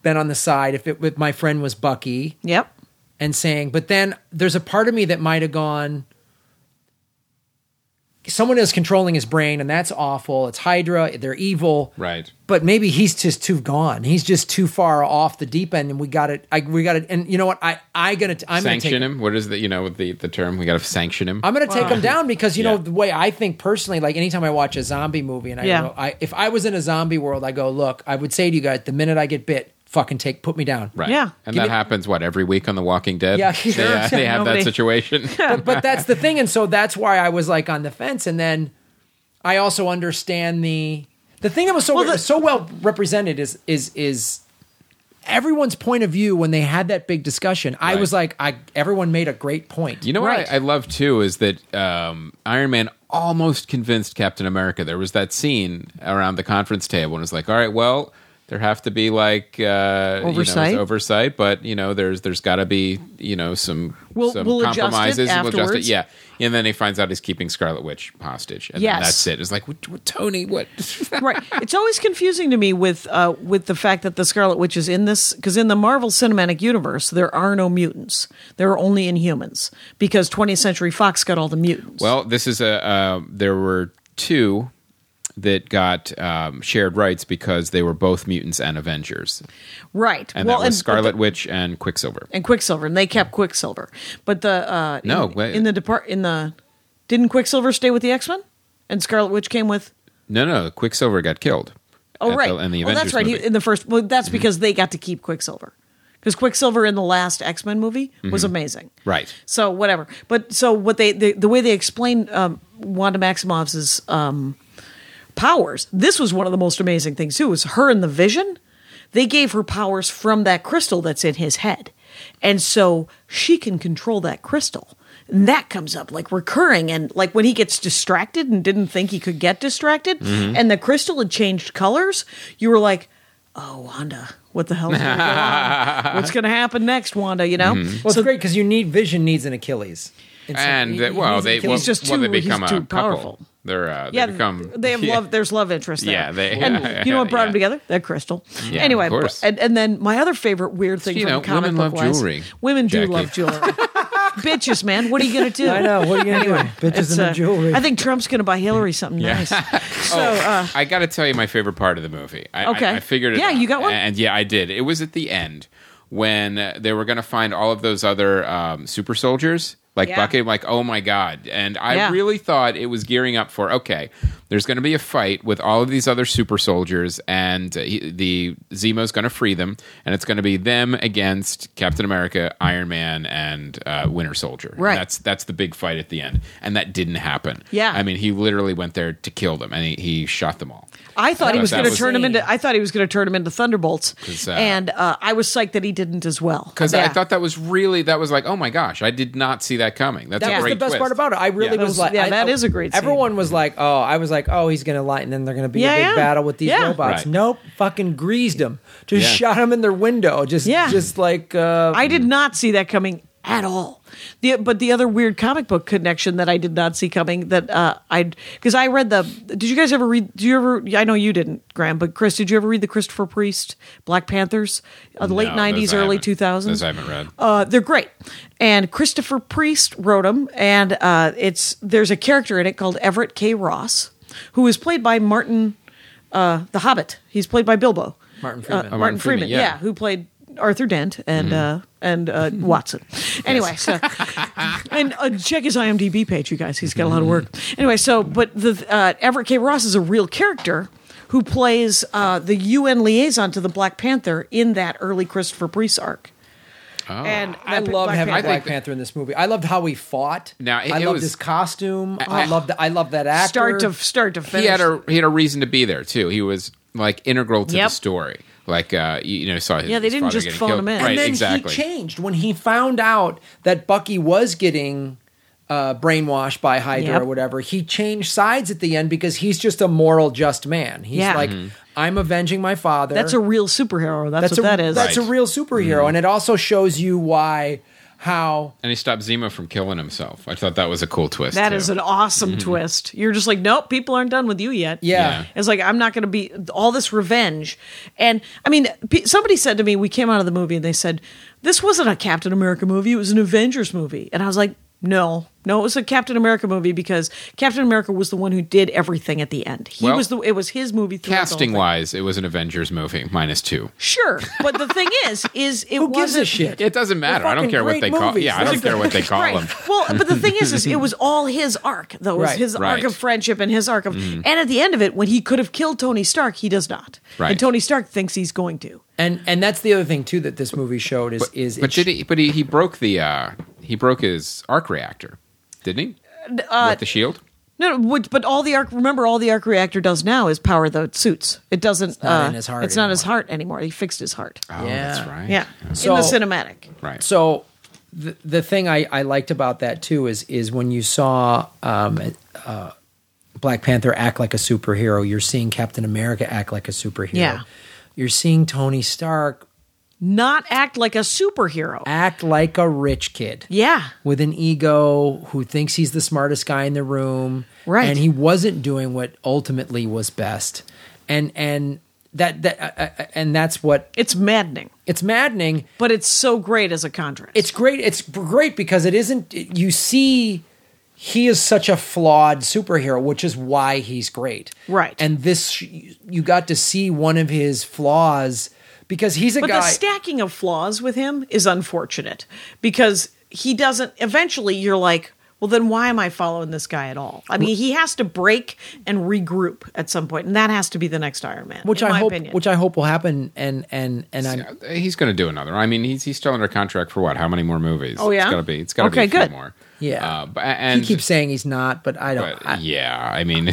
Speaker 3: been on the side if it if my friend was Bucky."
Speaker 4: Yep.
Speaker 3: and saying, but then there's a part of me that might have gone, someone is controlling his brain, and that's awful. It's Hydra, they're evil.
Speaker 1: Right.
Speaker 3: But maybe he's just too gone. He's just too far off the deep end, and we got it. I, we got it. And you know what? I I gonna t- I'm
Speaker 1: Sanction
Speaker 3: gonna take
Speaker 1: him? What is the, you know, with the, the term? We got to sanction him.
Speaker 3: I'm gonna take him down because you
Speaker 1: Yeah.
Speaker 3: know the way I think personally. Like anytime I watch a zombie movie, and I,
Speaker 4: Yeah.
Speaker 3: know, I if I was in a zombie world, I go look. I would say to you guys, the minute I get bit, fucking take put me down.
Speaker 1: Right.
Speaker 4: Yeah.
Speaker 1: And
Speaker 3: Give me-
Speaker 1: that happens, what, every week on The Walking Dead?
Speaker 3: Yeah,
Speaker 1: They,
Speaker 3: sure.
Speaker 1: uh, they have
Speaker 4: Nobody-
Speaker 1: that situation.
Speaker 3: but, but that's the thing, and so that's why I was like on the fence. And then I also understand the the thing that was so
Speaker 4: Well, the-
Speaker 3: so well represented is is is everyone's point of view when they had that big discussion. I
Speaker 1: Right.
Speaker 3: was like, I everyone made a great point.
Speaker 1: You know
Speaker 4: Right.
Speaker 1: what I, I love too is that um, Iron Man almost convinced Captain America. There was that scene around the conference table, and it's like, all right, well, there have to be like uh,
Speaker 4: Oversight?
Speaker 1: you know, oversight, but you know, there's there's got to be you know some
Speaker 4: We'll-
Speaker 1: some
Speaker 4: we'll adjust it
Speaker 1: compromises. and
Speaker 4: afterwards.
Speaker 1: Yeah, and then he finds out he's keeping Scarlet Witch hostage, and then
Speaker 4: Yes.
Speaker 1: that's it. It's like, what, what, Tony, what?
Speaker 4: right. It's always confusing to me with uh, with the fact that the Scarlet Witch is in this because in the Marvel Cinematic Universe there are no mutants. There are only Inhumans because 20th Century Fox got all the mutants.
Speaker 1: Well, this is a. Uh, there were two that got um, shared rights because they were both mutants and Avengers,
Speaker 4: right.
Speaker 1: and
Speaker 4: well,
Speaker 1: that was
Speaker 4: but the-
Speaker 1: Scarlet Witch and Quicksilver.
Speaker 4: and Quicksilver, and they kept Quicksilver. But the uh, in,
Speaker 1: No, wait.
Speaker 4: in the depart in the didn't Quicksilver stay with the X Men, and Scarlet Witch came with.
Speaker 1: No, no, Quicksilver got killed.
Speaker 4: Oh
Speaker 1: At
Speaker 4: right,
Speaker 1: the- in the
Speaker 4: oh
Speaker 1: Avengers
Speaker 4: that's right. He-
Speaker 1: movie. Mm-hmm.
Speaker 4: in the first, well, that's because they got to keep Quicksilver, because Quicksilver in the last X Men movie
Speaker 1: Mm-hmm.
Speaker 4: was amazing.
Speaker 1: Right.
Speaker 4: So whatever. But so what they the, the way they explain um, Wanda Maximoff's um, powers. This was one of the most amazing things too. Was her and the Vision? They gave her powers from that crystal that's in his head, and so she can control that crystal. And that comes up like recurring, and like when he gets distracted and didn't think he could get distracted, and the crystal had changed colors. You were like, "Oh, Wanda, what the hell? Is going on? What's going to happen next, Wanda?" You know.
Speaker 3: Well, it's great because you need Vision needs an Achilles, so
Speaker 1: And
Speaker 3: he-
Speaker 1: uh,
Speaker 3: he
Speaker 1: well,
Speaker 3: needs an
Speaker 1: they
Speaker 3: Achilles.
Speaker 1: well,
Speaker 4: He's just
Speaker 1: well, they
Speaker 4: too- he's
Speaker 1: become a
Speaker 4: too
Speaker 1: couple.
Speaker 4: powerful.
Speaker 1: They're uh, they
Speaker 4: yeah,
Speaker 1: become
Speaker 4: they have
Speaker 1: yeah.
Speaker 4: love. There's love interest there.
Speaker 1: Yeah, they-
Speaker 4: and you know what brought
Speaker 1: yeah.
Speaker 4: them together? That crystal.
Speaker 1: Yeah,
Speaker 4: anyway,
Speaker 1: of course.
Speaker 4: and and then my other favorite weird thing
Speaker 1: You
Speaker 4: from
Speaker 1: know,
Speaker 4: comic
Speaker 1: women love
Speaker 4: book wise,
Speaker 1: jewelry,
Speaker 4: women do
Speaker 1: Jackie.
Speaker 4: love jewelry. Bitches, man, what are you gonna do?
Speaker 3: I know. What are you gonna do? Bitches
Speaker 4: It's,
Speaker 3: and the
Speaker 4: uh,
Speaker 3: jewelry.
Speaker 4: I think Trump's gonna buy Hillary something nice.
Speaker 1: Oh.
Speaker 4: So uh,
Speaker 1: I got to tell you my favorite part of the movie. I, I-
Speaker 4: Okay.
Speaker 1: I, figured it
Speaker 4: Yeah,
Speaker 1: out.
Speaker 4: you got one?
Speaker 1: And yeah, I did. It was at the end when uh, they were going to find all of those other um, super soldiers. Like
Speaker 4: Yeah.
Speaker 1: Bucky, I'm like, oh my God. And I
Speaker 4: Yeah.
Speaker 1: really thought it was gearing up for okay, there's going to be a fight with all of these other super soldiers, and uh, he, the Zemo's going to free them, and it's going to be them against Captain America, Iron Man, and uh, Winter Soldier. And
Speaker 4: Right.
Speaker 1: that's, that's the big fight at the end. And that didn't happen.
Speaker 4: Yeah.
Speaker 1: I mean, he literally went there to kill them, and he, he shot them all.
Speaker 4: I thought he
Speaker 1: That-
Speaker 4: was
Speaker 1: that
Speaker 4: gonna
Speaker 1: was-
Speaker 4: turn him into. I thought he was gonna turn him into Thunderbolts,
Speaker 1: 'Cause, uh,
Speaker 4: and uh, I was psyched that he didn't as well.
Speaker 1: Because I
Speaker 4: Yeah.
Speaker 1: thought that was really that was like, oh my gosh, I did not see that coming. That's
Speaker 3: That
Speaker 1: a
Speaker 3: was
Speaker 1: great
Speaker 3: the best
Speaker 1: twist.
Speaker 3: part about it. I really
Speaker 1: Yeah.
Speaker 3: was like,
Speaker 4: Yeah,
Speaker 3: I-
Speaker 4: that is a great scene.
Speaker 3: Everyone was like, "Oh, I was like, oh, he's gonna lie, and then they're gonna be
Speaker 4: Yeah,
Speaker 3: a big
Speaker 4: yeah.
Speaker 3: battle with these
Speaker 4: Yeah.
Speaker 3: robots."
Speaker 1: Right.
Speaker 3: Nope, fucking greased him, just
Speaker 1: Yeah.
Speaker 3: shot him in their window, just,
Speaker 4: Yeah.
Speaker 3: just like, uh,
Speaker 4: I did not see that coming at all. The, but the other weird comic book connection that I did not see coming that uh, I because I read the. Did you guys ever read? Do you ever? I know you didn't, Graham, but Chris, did you ever read the Christopher Priest Black Panthers? Uh, the late
Speaker 1: No, those
Speaker 4: '90s,
Speaker 1: I
Speaker 4: early
Speaker 1: haven't-
Speaker 4: 2000s.
Speaker 1: Those I haven't read.
Speaker 4: Uh, they're great. And Christopher Priest wrote them, and uh, it's there's a character in it called Everett K. Ross, who is played by Martin, uh, the Hobbit. He's played by Bilbo.
Speaker 3: Martin Freeman.
Speaker 4: Uh,
Speaker 1: Oh,
Speaker 4: Martin,
Speaker 1: Martin
Speaker 4: Freeman,
Speaker 1: Freeman, yeah.
Speaker 4: yeah. who played Arthur Dent and uh, and uh, Watson. Anyway, so and uh, check his IMDb page, you guys. He's got a lot of work. Anyway, so but the uh, Everett K. Ross is a real character who plays uh, the UN liaison to the Black Panther in that early Christopher Priest arc.
Speaker 1: Oh.
Speaker 4: And
Speaker 3: I
Speaker 4: that
Speaker 3: love
Speaker 4: Black
Speaker 3: having
Speaker 4: Panther-
Speaker 1: I
Speaker 3: Black
Speaker 1: think that-
Speaker 3: Panther in this movie. I loved how he fought.
Speaker 1: Now, it-
Speaker 3: I
Speaker 1: it
Speaker 3: loved
Speaker 1: was-
Speaker 3: his costume.
Speaker 1: I-
Speaker 3: I, loved. I loved that actor.
Speaker 4: start to start to finish.
Speaker 1: he had a he had a reason to be there too. He was like integral to
Speaker 4: Yep.
Speaker 1: the story. Like uh, you, you know, saw his
Speaker 4: Yeah, they
Speaker 1: his
Speaker 4: didn't
Speaker 1: father
Speaker 4: just
Speaker 1: getting
Speaker 4: phone
Speaker 1: killed.
Speaker 4: him in.
Speaker 1: Right,
Speaker 4: And
Speaker 3: and then
Speaker 1: exactly.
Speaker 3: he changed when he found out that Bucky was getting uh, brainwashed by Hydra
Speaker 4: Yep.
Speaker 3: or whatever. He changed sides at the end because he's just a moral, just man. He's
Speaker 4: Yeah.
Speaker 3: like,
Speaker 1: Mm-hmm.
Speaker 3: I'm avenging my father.
Speaker 4: that's a real superhero. That's,
Speaker 3: that's
Speaker 4: what
Speaker 3: a,
Speaker 4: that is.
Speaker 3: That's
Speaker 1: Right. Mm-hmm.
Speaker 3: a reel superhero, and it also shows you why how
Speaker 1: and he stopped Zemo from killing himself. I thought that was a cool twist.
Speaker 4: That
Speaker 1: too. Mm-hmm.
Speaker 4: is an awesome twist. You're just like, nope, people aren't done with you yet.
Speaker 3: Yeah. Yeah.
Speaker 4: It's like, I'm not going to be all this revenge. And I mean, pe- somebody said to me, we came out of the movie and they said, this wasn't a Captain America movie, it was an Avengers movie. And I was like, no, no, it was a Captain America movie because Captain America was the one who did everything at the end. He
Speaker 1: Well,
Speaker 4: was the, it was his movie. throughout the whole
Speaker 1: casting
Speaker 4: thing.
Speaker 1: wise, it was an Avengers movie minus two.
Speaker 4: Sure. But the thing is, is it
Speaker 3: who gives a
Speaker 4: wasn't-
Speaker 3: shit.
Speaker 1: It doesn't matter. I don't
Speaker 3: fucking
Speaker 1: care what
Speaker 3: great
Speaker 1: they call.
Speaker 3: movies.
Speaker 1: Yeah, I
Speaker 3: Those
Speaker 1: don't care what they call
Speaker 4: Right.
Speaker 1: him.
Speaker 4: Well, but the thing is, is it was all his arc, though. It was
Speaker 3: Right.
Speaker 4: his
Speaker 1: Right. Mm-hmm.
Speaker 4: arc of friendship and his arc of, and at the end of it, when he could have killed Tony Stark, he does not.
Speaker 1: Right.
Speaker 4: And Tony Stark thinks he's going to.
Speaker 3: and and that's the other thing too that this movie showed is is
Speaker 1: But
Speaker 3: it
Speaker 1: did he? But he, he broke the uh, he broke his arc reactor, didn't he?
Speaker 4: uh,
Speaker 1: With the shield.
Speaker 4: No, no, which- but all the arc. Remember, all the arc reactor does now is power the suits. It doesn't. It's
Speaker 3: not in his heart
Speaker 4: It's not his heart anymore. He fixed his heart.
Speaker 1: Oh,
Speaker 3: Yeah.
Speaker 1: that's right.
Speaker 4: yeah.
Speaker 3: So-
Speaker 4: in the cinematic.
Speaker 1: Right.
Speaker 3: So the, the thing I, I liked about that too is is when you saw um, uh, Black Panther act like a superhero, you're seeing Captain America act like a superhero.
Speaker 4: Yeah.
Speaker 3: You're seeing Tony Stark
Speaker 4: Not act like a superhero.
Speaker 3: act like a rich kid.
Speaker 4: yeah.
Speaker 3: With an ego who thinks he's the smartest guy in the room.
Speaker 4: Right.
Speaker 3: And he wasn't doing what ultimately was best. And and that that uh, uh, and that's what
Speaker 4: It's maddening,
Speaker 3: it's maddening
Speaker 4: but it's so great as a contrast.
Speaker 3: it's great it's great because it isn't you see he is such a flawed superhero which is why he's great
Speaker 4: Right.
Speaker 3: and this you got to see one of his flaws because he's a
Speaker 4: But
Speaker 3: guy
Speaker 4: the stacking of flaws with him is unfortunate because he doesn't. Eventually, you're like, well, then why am I following this guy at all? I mean, he has to break and regroup at some point, and that has to be the next Iron Man,
Speaker 3: which
Speaker 4: in
Speaker 3: i
Speaker 4: my
Speaker 3: hope
Speaker 4: opinion.
Speaker 3: which i hope will happen and and and i'm
Speaker 1: Yeah, he's going to do another. I mean, he's he's still under contract for what? How many more movies?
Speaker 4: Oh, yeah?
Speaker 1: it's got to be. It's got to be
Speaker 4: Okay,
Speaker 1: a few
Speaker 4: good.
Speaker 1: more.
Speaker 3: Yeah.
Speaker 1: uh, but, and
Speaker 3: he keeps saying he's not but i don't
Speaker 1: but,
Speaker 3: I,
Speaker 1: yeah, I mean,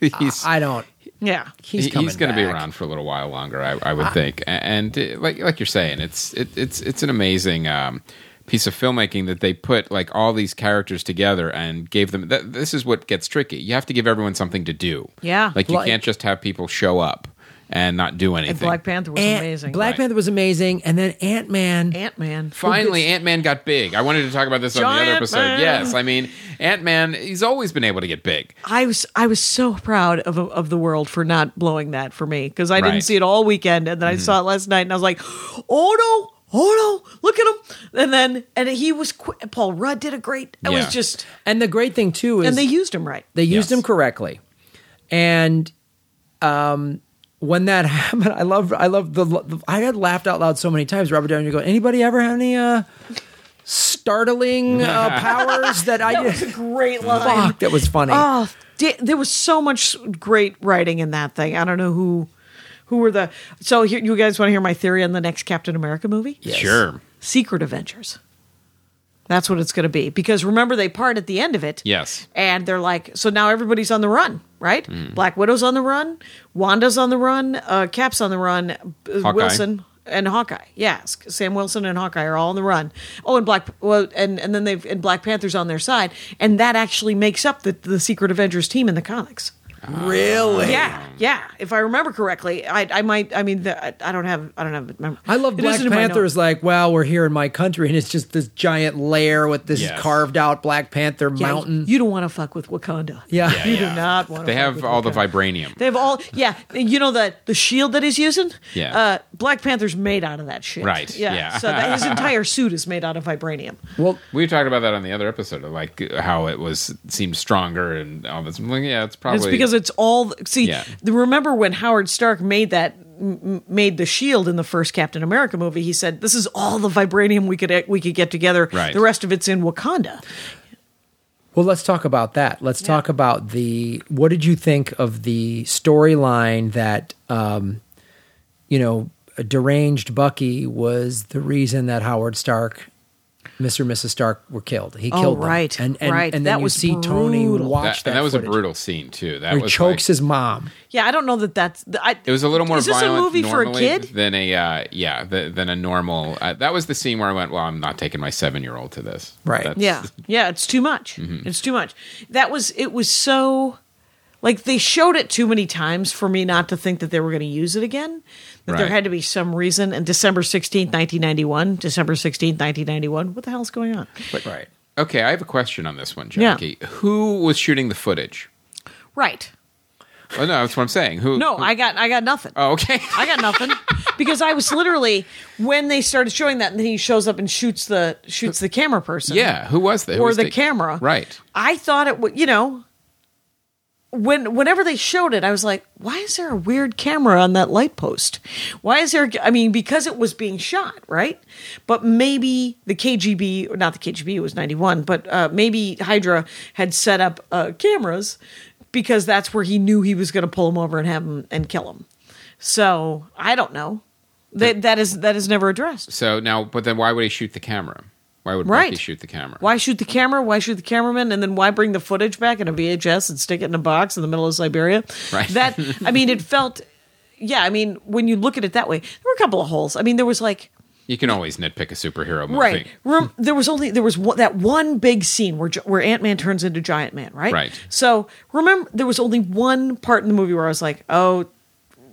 Speaker 1: he's
Speaker 3: I don't
Speaker 4: yeah,
Speaker 3: he's
Speaker 1: he-
Speaker 3: coming
Speaker 1: gonna be
Speaker 3: back.
Speaker 1: around for a little while longer, I, I would
Speaker 4: Ah.
Speaker 1: think. A- And uh, like like you're saying, it's it, it's it's an amazing um, piece of filmmaking that they put like all these characters together and gave them. Th- this is what gets tricky. You have to give everyone something to do.
Speaker 4: Yeah.
Speaker 1: like you
Speaker 3: Like-
Speaker 1: can't just have people show up and not do anything.
Speaker 4: and Black Panther was
Speaker 3: Ant-
Speaker 4: amazing.
Speaker 3: black
Speaker 1: Right.
Speaker 3: panther was amazing and then ant-man
Speaker 4: Ant Man,
Speaker 1: Finally, Ant Man got big. I wanted to talk about this on the other
Speaker 4: Giant
Speaker 1: episode.
Speaker 4: man.
Speaker 1: Yes, I mean Ant Man. He's always been able to get big.
Speaker 4: I was I was so proud of of the world for not blowing that for me because I didn't
Speaker 1: Right.
Speaker 4: see it all weekend and then I saw it last night and I was like, oh no, oh no, look at him! And then and he was qu- Paul Rudd did a great.
Speaker 1: Yeah.
Speaker 4: It was just
Speaker 3: and the great thing too is
Speaker 4: and they used him right.
Speaker 3: They used
Speaker 1: Yes.
Speaker 3: him correctly, and um, when that happened, I love, I love the, the. I had laughed out loud so many times. Robert Downey go, anybody ever have any uh, startling uh, powers that I did?
Speaker 4: Great line.
Speaker 3: Fuck, that was funny.
Speaker 4: Oh, di- there was so much great writing in that thing. I don't know who who were the. So here, you guys want to hear my theory on the next Captain America movie?
Speaker 3: Yes.
Speaker 1: Sure.
Speaker 4: Secret Avengers. That's what it's going to be. Because remember, they part at the end of it.
Speaker 1: Yes.
Speaker 4: And they're like, so now everybody's on the run, right?
Speaker 1: Hmm.
Speaker 4: Black Widow's on the run, Wanda's on the run, uh, Cap's on the run, uh,
Speaker 1: Hawkeye.
Speaker 4: Wilson and Hawkeye. Yes, Sam Wilson and Hawkeye are all on the run. Oh, and Black well, and and then they've and Black Panther's on their side, and that actually makes up the the Secret Avengers team in the comics.
Speaker 3: Really?
Speaker 4: Yeah, yeah. If I remember correctly, I, I might. I mean, the, I- I don't have. I don't have. a Mem-
Speaker 3: I love
Speaker 4: It
Speaker 3: Black
Speaker 4: isn't in my
Speaker 3: Panther
Speaker 4: notes.
Speaker 3: is like, well, we're here in my country, and it's just this giant lair with this
Speaker 1: Yes.
Speaker 3: carved out Black Panther
Speaker 4: Yeah,
Speaker 3: mountain.
Speaker 4: You don't want to fuck with Wakanda.
Speaker 3: yeah.
Speaker 4: you do not want.
Speaker 1: They have all the vibranium.
Speaker 4: They have all. Yeah, you know the the shield that he's using.
Speaker 1: Yeah.
Speaker 4: Uh, Black Panther's made out of that shit.
Speaker 1: Right,
Speaker 4: Yeah.
Speaker 1: yeah.
Speaker 4: So that, his entire suit is made out of vibranium.
Speaker 3: Well,
Speaker 1: We talked about that on the other episode, of like how it was seemed stronger and all this. I'm like, yeah, it's probably
Speaker 4: It's because it's all. See,
Speaker 1: Yeah.
Speaker 4: the, remember when Howard Stark made that m- m- made the shield in the first Captain America movie? He said, "This is all the vibranium we could e, we could get together.
Speaker 1: Right.
Speaker 4: The rest of it's in Wakanda."
Speaker 3: well, let's talk about that. Let's talk about the. What did you think of the storyline that, um, you know, deranged Bucky was the reason that Howard Stark. Mr. and Mrs. Stark were killed. He
Speaker 4: Oh,
Speaker 3: killed them.
Speaker 4: right,
Speaker 3: and and,
Speaker 4: right.
Speaker 3: and then
Speaker 4: That
Speaker 3: you
Speaker 4: was
Speaker 3: see Tony
Speaker 4: brutal.
Speaker 1: that,
Speaker 3: watch that.
Speaker 1: and that was
Speaker 3: footage.
Speaker 1: a brutal scene too. That
Speaker 3: Where He
Speaker 1: was
Speaker 3: chokes
Speaker 1: like,
Speaker 3: his mom.
Speaker 4: Yeah, I don't know that that's. I,
Speaker 1: It was a little more
Speaker 4: Is this
Speaker 1: violent
Speaker 4: a movie for
Speaker 1: normally
Speaker 4: a kid?
Speaker 1: than a uh, yeah th- than a normal. Uh, that was the scene where I went, well, I'm not taking my seven year old to this.
Speaker 3: Right.
Speaker 1: That's-
Speaker 4: Yeah, yeah, it's too much.
Speaker 1: Mm-hmm.
Speaker 4: It's too much. That was it. Was so like they showed it too many times for me not to think that they were going to use it again. That there
Speaker 1: Right.
Speaker 4: had to be some reason. And December sixteenth, nineteen ninety one. December sixteenth, nineteen ninety one. What the hell's going on?
Speaker 3: right.
Speaker 1: Okay, I have a question on this one,
Speaker 4: Yeah.
Speaker 1: Jackie. Who was shooting the footage?
Speaker 4: Right.
Speaker 1: Oh no, that's what I'm saying. Who?
Speaker 4: No,
Speaker 1: who-
Speaker 4: I got I got nothing.
Speaker 1: oh, okay.
Speaker 4: I got nothing because I was literally when they started showing that, and then he shows up and shoots the shoots the camera person.
Speaker 1: yeah. Who was the? who
Speaker 4: or
Speaker 1: was
Speaker 4: the camera.
Speaker 1: Right.
Speaker 4: I thought it would, you know, when whenever they showed it, I was like, why is there a weird camera on that light post? Why is there? I mean, because it was being shot, right? But maybe the KGB, or not the KGB, it was ninety one, but uh, maybe Hydra had set up uh, cameras because that's where he knew he was going to pull him over and have him and kill him. So I don't know. That that is that is never addressed.
Speaker 1: So now, but then why would he shoot the camera? Why would
Speaker 4: Right.
Speaker 1: Bucky shoot the camera?
Speaker 4: Why shoot the camera? Why shoot the cameraman? And then why bring the footage back in a VHS and stick it in a box in the middle of Siberia?
Speaker 1: Right.
Speaker 4: That I mean, it felt. Yeah, I mean, when you look at it that way, there were a couple of holes. I mean, there was like
Speaker 1: You can always nitpick a superhero movie.
Speaker 4: right. Rem- there was only there was one, that one big scene where Gi- where Ant Man turns into Giant Man, right?
Speaker 1: Right.
Speaker 4: So remember, there was only one part in the movie where I was like, oh.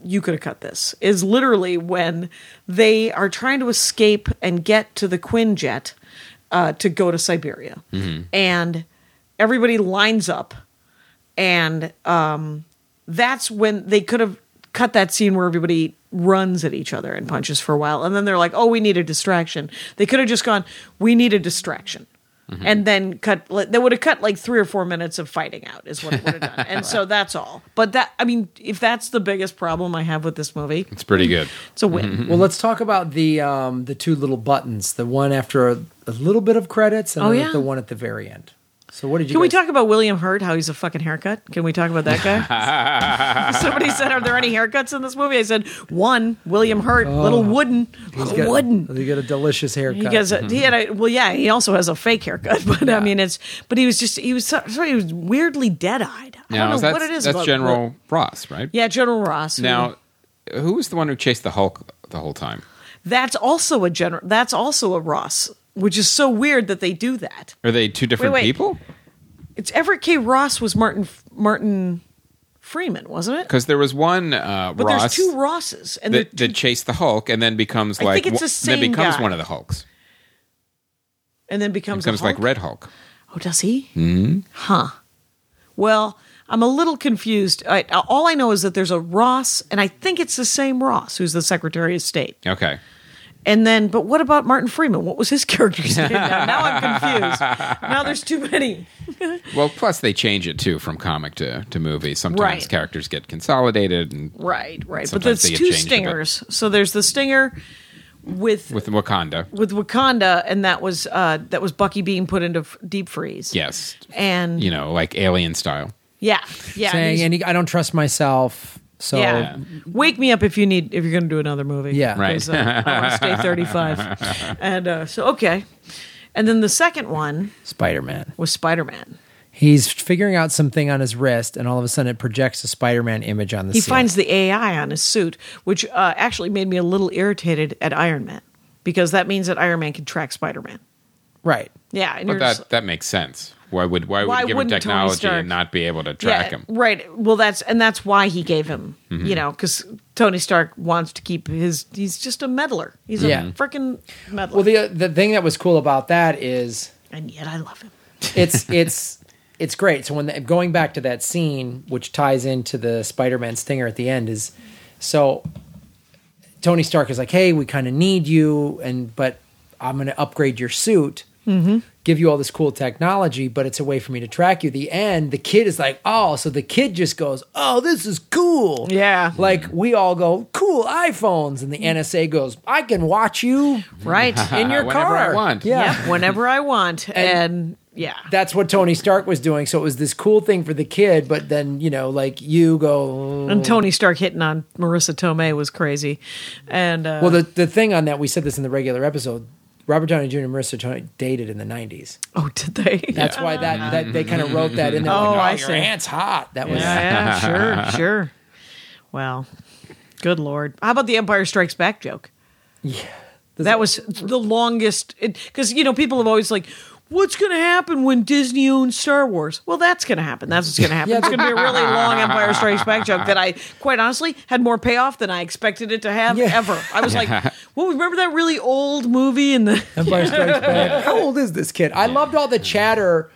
Speaker 4: You could have cut this. Is literally when they are trying to escape and get to the Quinjet uh, to go to Siberia, and everybody lines up, and um, that's when they could have cut that scene where everybody runs at each other and punches for a while and then they're like oh we need a distraction they could have just gone we need a distraction and then cut like, they would have cut like three or four minutes of fighting out is what it would have done and so that's all but that i mean if that's the biggest problem i have with this movie
Speaker 1: It's pretty good.
Speaker 4: it's a win
Speaker 3: Well, let's talk about the um, the two little buttons. The one after a, a little bit of credits, and
Speaker 4: Oh,
Speaker 3: then
Speaker 4: yeah.
Speaker 3: the one at the very end. So what did you?
Speaker 4: can we
Speaker 3: guys-
Speaker 4: talk about william hurt how he's a fucking haircut can we talk about that guy somebody said are there any haircuts in this movie i said one william hurt little wooden
Speaker 3: Oh. He's
Speaker 4: little
Speaker 3: got-
Speaker 4: wooden
Speaker 3: You got a delicious haircut.
Speaker 4: He gets a,
Speaker 1: Mm-hmm.
Speaker 4: he had a well, yeah. He also has a fake haircut, but I
Speaker 3: Yeah.
Speaker 4: mean, it's but he was just he was so, sorry, he was weirdly dead eyed. I
Speaker 1: Now,
Speaker 4: don't
Speaker 1: is
Speaker 4: know
Speaker 1: that-
Speaker 4: what it is.
Speaker 1: That's
Speaker 4: about-
Speaker 1: General Ross, right?
Speaker 4: yeah, General Ross. who-
Speaker 1: Now, who was the one who chased the Hulk the whole time?
Speaker 4: that's also a general. That's also a Ross, which is so weird that they do that.
Speaker 1: Are they two different
Speaker 4: wait.
Speaker 1: people?
Speaker 4: It's Everett K. Ross was Martin Martin Freeman, wasn't it?
Speaker 1: Because there was one uh,
Speaker 4: But
Speaker 1: Ross
Speaker 4: there's two Rosses, and
Speaker 1: that,
Speaker 4: they're
Speaker 1: that chased the Hulk and then becomes
Speaker 4: I
Speaker 1: like
Speaker 4: think it's
Speaker 1: wo-
Speaker 4: the
Speaker 1: then
Speaker 4: same
Speaker 1: becomes
Speaker 4: guy.
Speaker 1: one of the Hulks.
Speaker 4: and then becomes a
Speaker 1: Becomes like
Speaker 4: Hulk?
Speaker 1: Red Hulk.
Speaker 4: Oh, does he? Mm-hmm. Huh. Well, I'm a little confused. I, all I know is that there's a Ross, and I think it's the same Ross who's the Secretary of State.
Speaker 1: Okay.
Speaker 4: And then, but what about Martin Freeman? What was his character's name? Now, now I'm confused. Now there's too many.
Speaker 1: Well, plus they change it too from comic to, to movie. Sometimes
Speaker 4: Right.
Speaker 1: characters get consolidated and
Speaker 4: Right, right.
Speaker 1: Sometimes
Speaker 4: but
Speaker 1: they
Speaker 4: there's
Speaker 1: get
Speaker 4: two
Speaker 1: changed a bit.
Speaker 4: stingers. So there's the stinger with
Speaker 1: with
Speaker 4: with,
Speaker 1: Wakanda.
Speaker 4: Wakanda, and that was uh, that was Bucky being put into f- deep freeze.
Speaker 1: Yes.
Speaker 4: and
Speaker 1: You know, like alien style.
Speaker 4: yeah, yeah.
Speaker 3: saying,
Speaker 4: he's-
Speaker 3: and he, I don't trust myself. So
Speaker 4: Yeah. Wake me up if you need if you're going to do another movie.
Speaker 3: Yeah.
Speaker 1: Right.
Speaker 4: 'Cause, uh, I want to stay 35. And uh, so okay. And then the second one
Speaker 3: Spider Man.
Speaker 4: was Spider-Man.
Speaker 3: He's figuring out something on his wrist, and all of a sudden it projects a Spider Man image on the.
Speaker 4: He
Speaker 3: ceiling.
Speaker 4: finds the AI on his suit, which uh, actually made me a little irritated at Iron Man because that means that Iron Man can track Spider-Man.
Speaker 3: right.
Speaker 4: Yeah, and
Speaker 1: But
Speaker 4: you're
Speaker 1: that
Speaker 4: just,
Speaker 1: that makes sense. Why would why would
Speaker 4: Why
Speaker 1: you give him
Speaker 4: wouldn't Tony
Speaker 1: technology
Speaker 4: Stark-
Speaker 1: and not be able to track him? Mm-hmm.
Speaker 4: Right. Well, that's and that's why he gave him, you know, because Tony Stark wants to keep his. He's just a meddler. He's
Speaker 3: Yeah.
Speaker 4: a freaking meddler.
Speaker 3: Well, the the thing that was cool about that is
Speaker 4: and yet I love him.
Speaker 3: it's it's it's great. So when the, going back to that scene, which ties into the Spider-Man stinger at the end, is so Tony Stark is like, "Hey, we kind of need you, and but I'm going to upgrade your suit,
Speaker 4: Mm-hmm.
Speaker 3: give you all this cool technology, but it's a way for me to track you." The end. The kid is like, "Oh," so the kid just goes, "Oh, this is cool."
Speaker 4: Yeah.
Speaker 3: like we all go, "Cool iPhones," and the NSA goes, "I can watch you
Speaker 4: Right.
Speaker 3: in your
Speaker 1: whenever
Speaker 3: car."
Speaker 1: I want.
Speaker 3: Yeah,
Speaker 4: Yep, whenever I want, and, yeah.
Speaker 3: that's what Tony Stark was doing. So it was this cool thing for the kid, but then you know, like you go.
Speaker 4: and Tony Stark hitting on Marissa Tomei was crazy, and uh,
Speaker 3: Well, the the thing on that we said this in the regular episode. Robert Downey Jr. and Marissa Tomei dated in the '90s.
Speaker 4: oh, did they?
Speaker 3: That's why that, that they kind of wrote that in there.
Speaker 4: Oh,
Speaker 3: like,
Speaker 4: I
Speaker 3: your
Speaker 4: see.
Speaker 3: aunt's hot. That was
Speaker 4: Yeah, yeah, sure, sure. Well, good lord. How about the Empire Strikes Back joke? Yeah. That was the longest because you know people have always like what's going to happen when Disney owns Star Wars? Well, that's going to happen. That's what's going to happen.
Speaker 3: Yeah,
Speaker 4: it's
Speaker 3: the-
Speaker 4: going to be a really long Empire Strikes Back joke that I quite honestly had more payoff than I expected it to have
Speaker 3: Yeah.
Speaker 4: ever. I was like, "Well, remember that really old movie and the
Speaker 3: Empire Strikes Back. How old is this kid? I loved all the chatter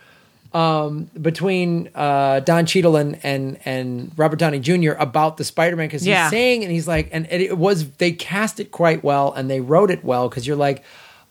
Speaker 3: um, between uh, Don Cheadle and, and and Robert Downey Jr. about the Spider Man because
Speaker 4: Yeah.
Speaker 3: he's saying and he's like, and it, it was they cast it quite well and they wrote it well because you're like.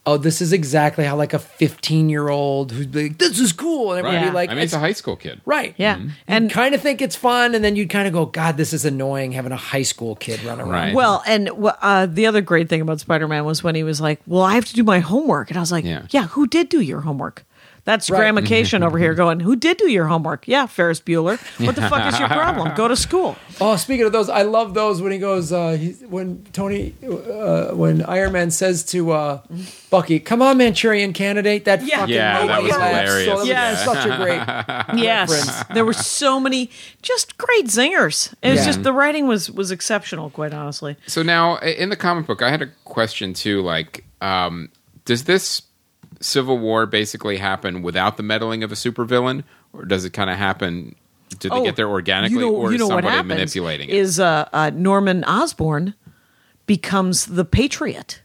Speaker 3: Oh, this is exactly how like a 15 year old who's like, this is cool, and everybody
Speaker 4: Yeah.
Speaker 3: like,
Speaker 1: I mean, it's a
Speaker 3: it's-
Speaker 1: high school kid.
Speaker 3: right,
Speaker 4: Yeah.
Speaker 3: and
Speaker 4: And-
Speaker 3: kind of think it's fun, and then you'd kind of go, God, this is annoying having a high school kid run around.
Speaker 1: Right.
Speaker 4: Well, and wh- uh, the other great thing about Spider Man was when he was like, "Well, I have to do my homework," and I was like,
Speaker 1: Yeah.
Speaker 4: "Yeah, who did do your homework?" That's
Speaker 3: Right.
Speaker 4: gramification over here going, "Who did do your homework?" Yeah, Ferris Bueller. What the fuck is your problem? Go to school.
Speaker 3: Oh, speaking of those, I love those when he goes, uh, he, when Tony, uh, when Iron Man says to uh, Bucky, "Come on, Manchurian Candidate." That
Speaker 4: Yeah.
Speaker 3: fucking
Speaker 1: Yeah, that
Speaker 3: made me
Speaker 1: was
Speaker 3: laugh so-
Speaker 1: hilarious.
Speaker 3: that was
Speaker 4: Yeah.
Speaker 3: such a great.
Speaker 4: Yes,
Speaker 3: Reference.
Speaker 4: there were so many just great zingers. It was
Speaker 3: Yeah.
Speaker 4: just the writing was was exceptional, quite honestly.
Speaker 1: So now i- in the comic book, I had a question too. Like, um, does this Civil War basically happen without the meddling of a supervillain, or does it kind of happen? Did they get there organically,
Speaker 4: Oh, you know,
Speaker 1: or
Speaker 4: you
Speaker 1: is
Speaker 4: know what
Speaker 1: somebody
Speaker 4: happens
Speaker 1: manipulating it?
Speaker 4: Is uh, uh, Norman Osborn becomes the Patriot,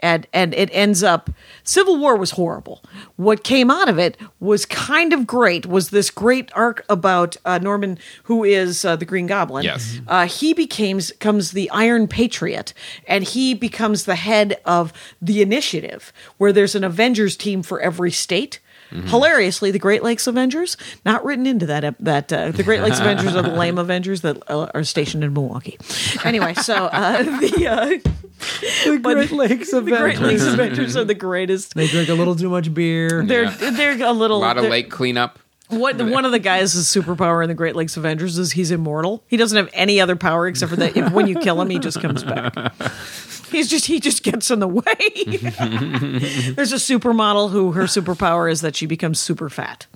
Speaker 4: and and it ends up. Civil War was horrible. What came out of it was kind of great. Was this great arc about uh, Norman, who is uh, the Green Goblin?
Speaker 1: Yes.
Speaker 4: uh, he becomes comes the Iron Patriot, and he becomes the head of the initiative, where there's an Avengers team for every state. Hilariously, the Great Lakes Avengers not written into that ep- that uh, the Great Lakes Avengers are the lame Avengers that uh, are stationed in Milwaukee. Anyway, so uh, the, uh,
Speaker 3: The
Speaker 4: but-
Speaker 3: Great Lakes
Speaker 4: the Great Lakes
Speaker 3: Avengers.
Speaker 4: Avengers are the greatest.
Speaker 3: They drink a little too much beer.
Speaker 4: They're they're a little
Speaker 1: a lot of
Speaker 4: they're-
Speaker 1: lake cleanup.
Speaker 4: What the, one of the guys' superpower in the Great Lakes Avengers is he's immortal. He doesn't have any other power except for that. If, when you kill him, he just comes back. He's just he just gets in the way. There's a supermodel who her superpower is that she becomes super fat,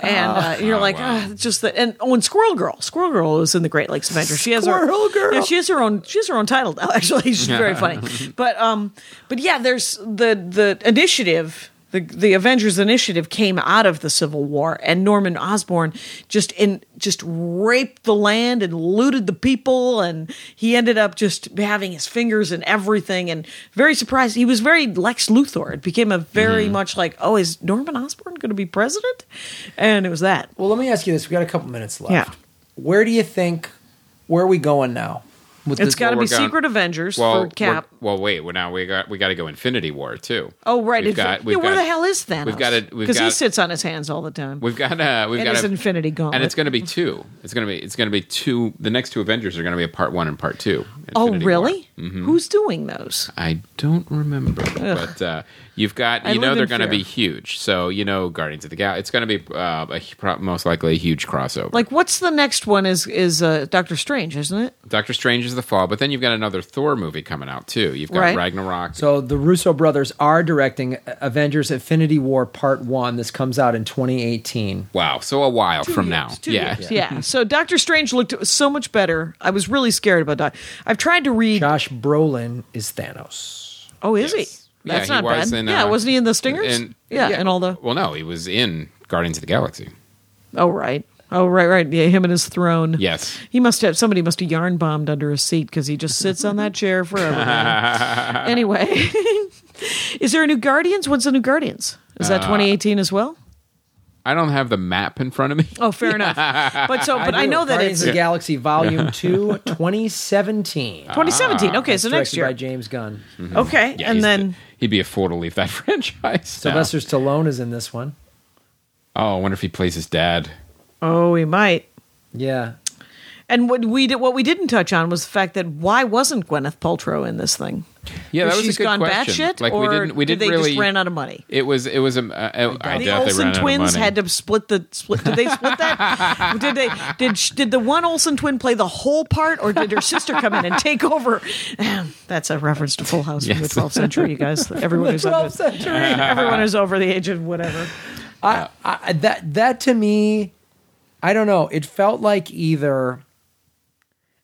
Speaker 4: and uh, you're
Speaker 1: Oh,
Speaker 4: like
Speaker 1: wow.
Speaker 4: "Ah, just the and oh, and Squirrel Girl, Squirrel Girl is in the Great Lakes Avengers. She has her
Speaker 3: Squirrel Girl.
Speaker 4: Yeah, she has her own she has her own title now. Actually, she's very funny. But um, but yeah, there's the the initiative. The, the Avengers initiative came out of the Civil War, and Norman Osborn just in just raped the land and looted the people, and he ended up just having his fingers in everything. And very surprised, he was very Lex Luthor. It became a very much like, oh, is Norman Osborn going to be president? And it was that.
Speaker 3: Well, let me ask you this: we got a couple minutes left.
Speaker 4: Yeah.
Speaker 3: Where do you think? Where are we going now? With
Speaker 4: It's got to
Speaker 1: Well,
Speaker 4: be
Speaker 1: we're going-
Speaker 4: Secret Avengers
Speaker 1: Well,
Speaker 4: for Cap.
Speaker 1: we're- well, wait. Well, now we got we got to go Infinity War too.
Speaker 4: Oh, right.
Speaker 1: We've
Speaker 4: Infi-
Speaker 1: got,
Speaker 4: yeah,
Speaker 1: we've
Speaker 4: where
Speaker 1: got-
Speaker 4: the hell is Thanos?
Speaker 1: We've got it
Speaker 4: because he sits on his hands all the time.
Speaker 1: We've got a we've
Speaker 4: And
Speaker 1: got
Speaker 4: his
Speaker 1: a,
Speaker 4: Infinity Gauntlet.
Speaker 1: and it's going to be two. It's going to be it's going to be two. The next two Avengers are going to be a part one and part two. Infinity
Speaker 4: oh,
Speaker 1: War. Mm-hmm.
Speaker 4: really? Who's doing those?
Speaker 1: I don't remember, but uh, you've got
Speaker 4: I
Speaker 1: you know
Speaker 4: live
Speaker 1: they're
Speaker 4: in
Speaker 1: going to
Speaker 4: fear.
Speaker 1: be huge. So you know Guardians of the Galaxy. It's going to be uh, a, hu- pro- most likely a huge crossover.
Speaker 4: Like, what's the next one? Is is uh, Doctor Strange? Isn't it?
Speaker 1: Doctor Strange is the fall, but then you've got another Thor movie coming out too. You've got
Speaker 4: Right.
Speaker 1: Ragnarok.
Speaker 3: So the Russo brothers are directing Avengers: Infinity War Part One. This comes out in 2018.
Speaker 1: wow, so a while from now,
Speaker 4: It's two
Speaker 1: yeah.
Speaker 4: years. yeah. So Doctor Strange looked so much better. I was really scared about Doc. I've tried to read.
Speaker 3: Josh Brolin is Thanos.
Speaker 4: oh,
Speaker 1: Yes.
Speaker 4: is he? That's
Speaker 1: Yeah, he
Speaker 4: not
Speaker 1: was
Speaker 4: bad.
Speaker 1: in,
Speaker 4: yeah,
Speaker 1: uh,
Speaker 4: wasn't he in the stingers?
Speaker 1: in-
Speaker 4: yeah,
Speaker 1: yeah.
Speaker 4: and all the.
Speaker 1: Well, no, he was in Guardians of the Galaxy.
Speaker 4: Oh right. Oh right, right. Yeah, him and his throne.
Speaker 1: Yes.
Speaker 4: He must have somebody must have yarn bombed under his seat because he just sits on that chair forever. man. anyway, is there a new Guardians? When's the new Guardians? Is
Speaker 1: Uh,
Speaker 4: that 2018 as well?
Speaker 1: I don't have the map in front of me.
Speaker 4: Oh, fair enough. But so, but I,
Speaker 3: do.
Speaker 4: know that
Speaker 3: Guardians
Speaker 4: it's
Speaker 3: of the Galaxy Volume 2, 2017.
Speaker 4: 2017. Okay,
Speaker 1: Ah,
Speaker 4: so next
Speaker 3: Directed by
Speaker 4: year.
Speaker 3: James Gunn.
Speaker 4: Okay,
Speaker 1: Mm-hmm. Yeah,
Speaker 4: and
Speaker 1: he's-
Speaker 4: then
Speaker 1: he'd be a fool to leave that franchise.
Speaker 3: Sylvester Stallone is in this one.
Speaker 1: now. Oh, I wonder if he plays his dad.
Speaker 4: oh, he might.
Speaker 3: Yeah.
Speaker 4: And what we did, what we didn't touch on was the fact that why wasn't Gwyneth Paltrow in this thing?
Speaker 1: Yeah, that was
Speaker 4: she's
Speaker 1: a good
Speaker 4: gone
Speaker 1: question.
Speaker 4: batshit,
Speaker 1: like
Speaker 4: or
Speaker 1: we didn't, we
Speaker 4: did
Speaker 1: didn't
Speaker 4: they
Speaker 1: really.
Speaker 4: just ran out of money?
Speaker 1: it was, it was a. Uh, I
Speaker 4: The
Speaker 1: doubt they ran
Speaker 4: Olsen
Speaker 1: out of
Speaker 4: twins
Speaker 1: money.
Speaker 4: had to split the split. Did they split that? did they? Did sh- did the one Olsen twin play the whole part, or did her sister come in and take over? That's a reference to Full House from the
Speaker 1: Yes.
Speaker 4: 12th century, you guys. Everyone who's under,
Speaker 3: 12th century.
Speaker 4: everyone who's over the age of whatever.
Speaker 3: I, I that that to me, I don't know. It felt like either.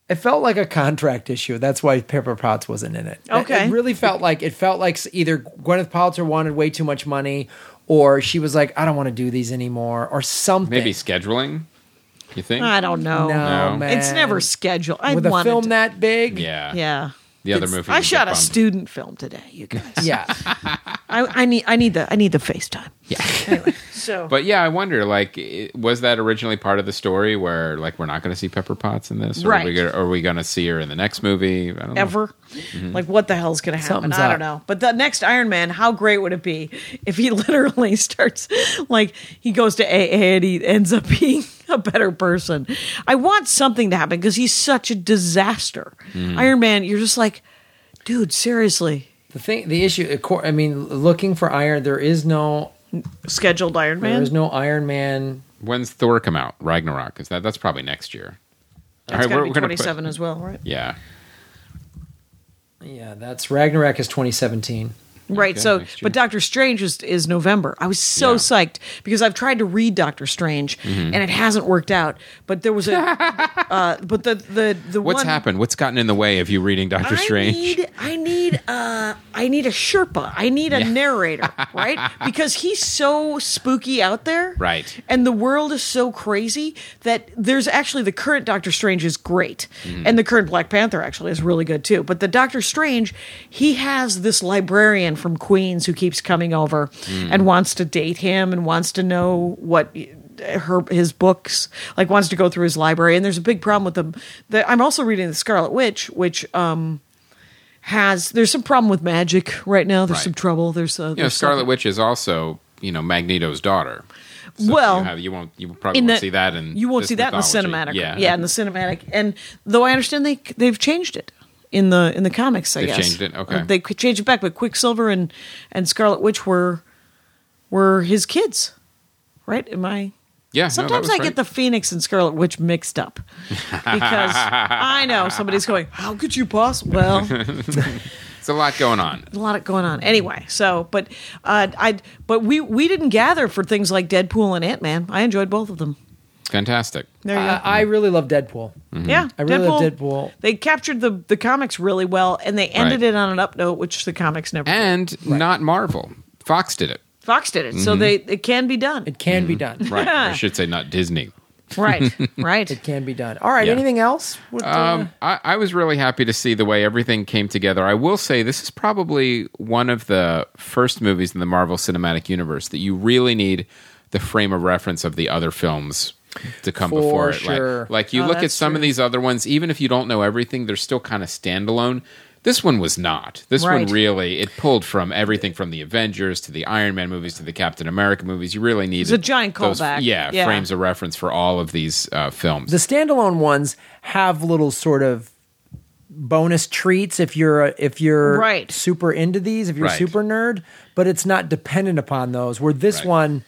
Speaker 3: It felt like a contract issue. That's why Pepper Potts wasn't in it. It-
Speaker 4: Okay.
Speaker 3: It really felt like it felt like either Gwyneth Paltrow wanted way too much money, or she was like, I don't want to do these anymore, or something.
Speaker 1: maybe scheduling. You think?
Speaker 4: I don't know.
Speaker 3: No,
Speaker 1: No.
Speaker 3: man.
Speaker 4: It's never scheduled. I
Speaker 3: with a
Speaker 4: wanted
Speaker 3: film
Speaker 4: to-
Speaker 3: that big.
Speaker 1: yeah.
Speaker 4: Yeah.
Speaker 1: The other
Speaker 4: It's-
Speaker 1: movie.
Speaker 4: I
Speaker 1: was
Speaker 4: shot a
Speaker 1: Bump.
Speaker 4: student film today, you guys.
Speaker 3: Yeah.
Speaker 4: I, I need I need the I need the FaceTime.
Speaker 1: Yeah.
Speaker 4: So
Speaker 1: But yeah, I wonder, like, i- was that originally part of the story where, like, we're not going to see Pepper Potts in this? Or Are we
Speaker 4: Right.
Speaker 1: gonna, are we going to see her in the next movie? I don't know.
Speaker 4: ever.
Speaker 1: Mm-hmm.
Speaker 4: Like, what the hell's going to happen?
Speaker 3: Something's
Speaker 4: I don't
Speaker 3: up.
Speaker 4: know. But the next Iron Man, how great would it be if he literally starts, like, he goes to AA and he ends up being a better person? I want something to happen because he's such a disaster.
Speaker 1: Mm.
Speaker 4: Iron Man, you're just like, dude, seriously,
Speaker 3: The thing, the issue. of cour- I mean, looking for Iron, there is no,
Speaker 4: scheduled Iron
Speaker 3: there
Speaker 4: Man.
Speaker 3: is no Iron Man.
Speaker 1: When's Thor come out? Ragnarok is that? That's probably next year. All
Speaker 4: it's
Speaker 1: right, we're-
Speaker 4: got to be
Speaker 1: we're gonna
Speaker 4: 27
Speaker 1: Put,
Speaker 4: as well, right?
Speaker 1: yeah,
Speaker 3: Yeah, that's Ragnarok is 2017.
Speaker 4: Right.
Speaker 1: Okay,
Speaker 4: so,
Speaker 1: next year.
Speaker 4: but Doctor Strange is, is November. I was so
Speaker 1: Yeah. Mm-hmm.
Speaker 4: psyched because I've tried to read Doctor Strange and it hasn't worked out. But there was a, uh, but the the the
Speaker 1: what's
Speaker 4: one,
Speaker 1: happened? What's gotten in the way of you reading Doctor
Speaker 4: I
Speaker 1: Strange?
Speaker 4: Need, I need uh I need a Sherpa. I need a narrator, right? Because he's so spooky out there.
Speaker 1: Right.
Speaker 4: And the world is so crazy that there's actually the current Doctor Strange is great.
Speaker 1: Mm-hmm.
Speaker 4: And the current Black Panther actually is really good too. But the Doctor Strange, he has this librarian from Queens who keeps coming over
Speaker 1: Mm.
Speaker 4: and wants to date him and wants to know what her his books like wants to go through his library and there's a big problem with them that i'm also reading the scarlet witch which um has there's some problem with magic right now there's
Speaker 1: Right.
Speaker 4: some trouble there's uh,
Speaker 1: you know,
Speaker 4: there's
Speaker 1: Scarlet
Speaker 4: something-
Speaker 1: Witch is also you know Magneto's daughter. So
Speaker 4: well
Speaker 1: you, have, you won't. You probably
Speaker 4: in
Speaker 1: won't
Speaker 4: the-
Speaker 1: see that in
Speaker 4: you won't
Speaker 1: this
Speaker 4: see that in the
Speaker 1: mythology.
Speaker 4: cinematic yeah in the cinematic and though i understand they they've changed it in the in the comics i
Speaker 1: They've
Speaker 4: guess Uh,
Speaker 1: changed it? Okay.
Speaker 4: they qu- changed it back but quicksilver and and scarlet witch were were his kids right am i
Speaker 1: yeah. no, that
Speaker 4: Sometimes
Speaker 1: was
Speaker 4: I
Speaker 1: right.
Speaker 4: get the Phoenix and Scarlet Witch mixed up because I know somebody's going, How could you possibly? Well,
Speaker 1: It's a lot going on.
Speaker 4: a lot going on anyway so but uh i but we we didn't gather for things like deadpool and ant-man i enjoyed both of them
Speaker 1: Fantastic.
Speaker 4: there you
Speaker 3: I, I really love Deadpool.
Speaker 4: go yeah
Speaker 3: I really love Deadpool.
Speaker 4: they captured the the comics really well and they ended
Speaker 1: Right.
Speaker 4: it on an up note which the comics never did.
Speaker 1: And not Marvel. Fox did it.
Speaker 4: fox did it so
Speaker 1: Mm-hmm.
Speaker 4: they it can be done
Speaker 3: It can be done.
Speaker 1: Right. I should say not Disney.
Speaker 4: right right
Speaker 3: It can be done. All right.
Speaker 1: Yeah.
Speaker 3: Anything else? What, uh,
Speaker 1: Um, I, I was really happy to see the way everything came together. I will say this is probably one of the first movies in the Marvel Cinematic Universe that you really need the frame of reference of the other films to come
Speaker 3: For
Speaker 1: before it.
Speaker 3: sure.
Speaker 1: Like, like you
Speaker 4: Oh,
Speaker 1: look at
Speaker 4: that's
Speaker 1: some of
Speaker 4: true.
Speaker 1: these other ones, even if you don't know everything, they're still kind of standalone. This one was not. This
Speaker 4: Right.
Speaker 1: one really it pulled from everything from the Avengers to the Iron Man movies to the Captain America movies. You really needed
Speaker 4: a giant
Speaker 1: those-
Speaker 4: callback.
Speaker 1: yeah,
Speaker 4: Yeah.
Speaker 1: frames of reference for all of these uh, films.
Speaker 3: the standalone ones have little sort of bonus treats if you're a- if you're
Speaker 4: Right.
Speaker 3: super into these, if you're a
Speaker 1: Right.
Speaker 3: super nerd, but it's not dependent upon those. Where this
Speaker 1: Right.
Speaker 3: one,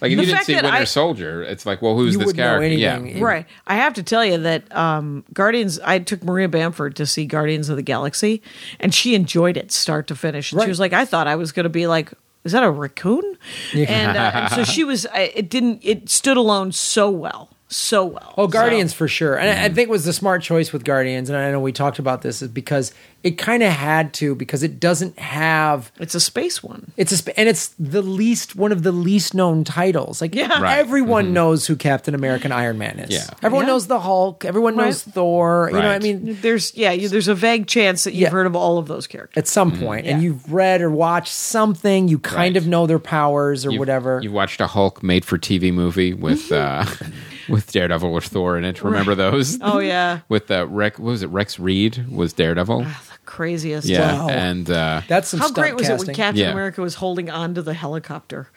Speaker 1: Like if
Speaker 4: The
Speaker 1: you didn't
Speaker 4: fact
Speaker 1: see
Speaker 4: that
Speaker 1: Winter
Speaker 4: I-
Speaker 1: Soldier, it's like, well, who's
Speaker 3: You
Speaker 1: this
Speaker 3: wouldn't know
Speaker 1: character?
Speaker 3: anything.
Speaker 1: Yeah,
Speaker 4: Right. I have to tell you that um, Guardians, I took Maria Bamford to see Guardians of the Galaxy, and she enjoyed it start to finish. And
Speaker 3: Right.
Speaker 4: She was like, I thought I was going to be like, is that a raccoon? And, uh, and so she was, I- it didn't, it stood alone so well. so well.
Speaker 3: Oh, Guardians for sure. And I I think it was the smart choice with Guardians. And I know we talked about this is because it kind of had to because it doesn't have
Speaker 4: It's a space one.
Speaker 3: it's a sp- and it's the least one of the least known titles. Like
Speaker 4: Yeah. Right.
Speaker 3: everyone knows who Captain America and Iron Man is.
Speaker 1: Mm-hmm. Yeah.
Speaker 3: Everyone
Speaker 4: Yeah.
Speaker 3: knows the Hulk. Everyone knows
Speaker 4: Right.
Speaker 3: Thor. You know what I
Speaker 1: Right.
Speaker 3: mean?
Speaker 4: There's yeah, you, there's a vague chance that you've
Speaker 3: Yeah.
Speaker 4: heard of all of those characters.
Speaker 3: At some point, and
Speaker 4: Yeah.
Speaker 3: you've read or watched something, you kind
Speaker 1: Mm-hmm. Right.
Speaker 3: of know their powers or whatever.
Speaker 1: You watched a Hulk made for TV movie with uh, with Daredevil or Thor in it. Remember those?
Speaker 4: Oh
Speaker 3: Mm-hmm.
Speaker 4: yeah,
Speaker 1: With uh, Rex, what was it? Rex Reed was Daredevil.
Speaker 4: the craziest.
Speaker 1: Yeah,
Speaker 3: Wow.
Speaker 1: and uh,
Speaker 3: That's some
Speaker 4: How
Speaker 3: stunt
Speaker 4: great was
Speaker 3: casting.
Speaker 4: it when Captain
Speaker 1: Yeah.
Speaker 4: America was holding onto the helicopter,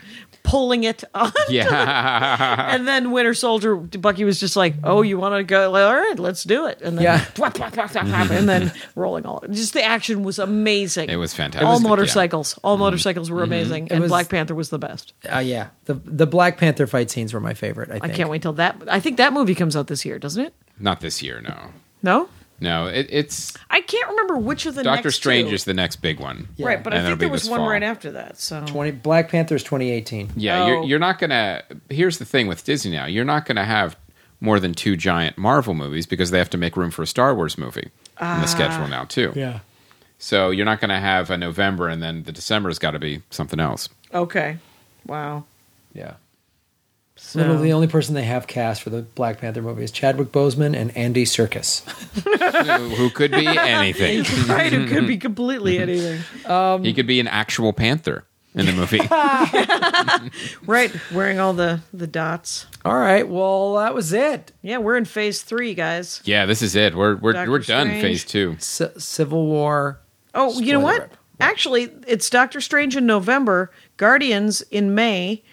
Speaker 4: pulling it on,
Speaker 1: yeah,
Speaker 4: and then Winter Soldier Bucky was just like, "Oh, you want to go? All right, let's do it." And then,
Speaker 3: Yeah.
Speaker 4: and then rolling all. Just the action was amazing.
Speaker 1: It was fantastic. Mm-hmm. It
Speaker 4: All
Speaker 1: was good,
Speaker 4: motorcycles, all motorcycles were amazing, and
Speaker 3: Mm-hmm. was-
Speaker 4: Black Panther was the best.
Speaker 3: Uh, yeah, the the Black Panther fight scenes were my favorite. I,
Speaker 4: I
Speaker 3: think.
Speaker 4: can't wait till that. I think that movie comes out this year, doesn't it?
Speaker 1: not this year. No,
Speaker 4: No,
Speaker 1: no, it, it's
Speaker 4: I can't remember which of the
Speaker 1: Doctor
Speaker 4: next
Speaker 1: Strange
Speaker 4: two.
Speaker 1: is the next big one.
Speaker 4: right, but
Speaker 1: And
Speaker 4: I
Speaker 1: that'll
Speaker 4: think
Speaker 1: be
Speaker 4: there was
Speaker 1: this
Speaker 4: one
Speaker 1: fall.
Speaker 4: right after that. So
Speaker 3: Twenty Black Panther is twenty eighteen.
Speaker 1: Yeah,
Speaker 4: Oh.
Speaker 1: you're, you're not gonna. Here's the thing with Disney now: you're not gonna have more than two giant Marvel movies because they have to make room for a Star Wars movie
Speaker 4: Ah.
Speaker 1: in the schedule now too.
Speaker 3: Yeah.
Speaker 1: So you're not gonna have a November and then the December's got to be something else.
Speaker 4: okay, wow.
Speaker 3: Yeah.
Speaker 4: So
Speaker 3: Literally, the only person they have cast for the Black Panther movie is Chadwick Boseman and Andy Serkis.
Speaker 1: who who could be anything?
Speaker 4: right, it could be completely anything. Um,
Speaker 1: he could be an actual panther in the movie.
Speaker 4: Right, wearing all the the dots.
Speaker 3: All right. Well, that was it.
Speaker 4: Yeah, we're in phase three, guys.
Speaker 1: yeah, this is it. We're we're
Speaker 4: Doctor
Speaker 1: we're done.
Speaker 4: Strange.
Speaker 1: Phase two.
Speaker 3: C- Civil War.
Speaker 4: Oh, you know
Speaker 3: Spoiler
Speaker 4: what?
Speaker 3: rip.
Speaker 4: Actually, it's Doctor Strange in November, Guardians in May,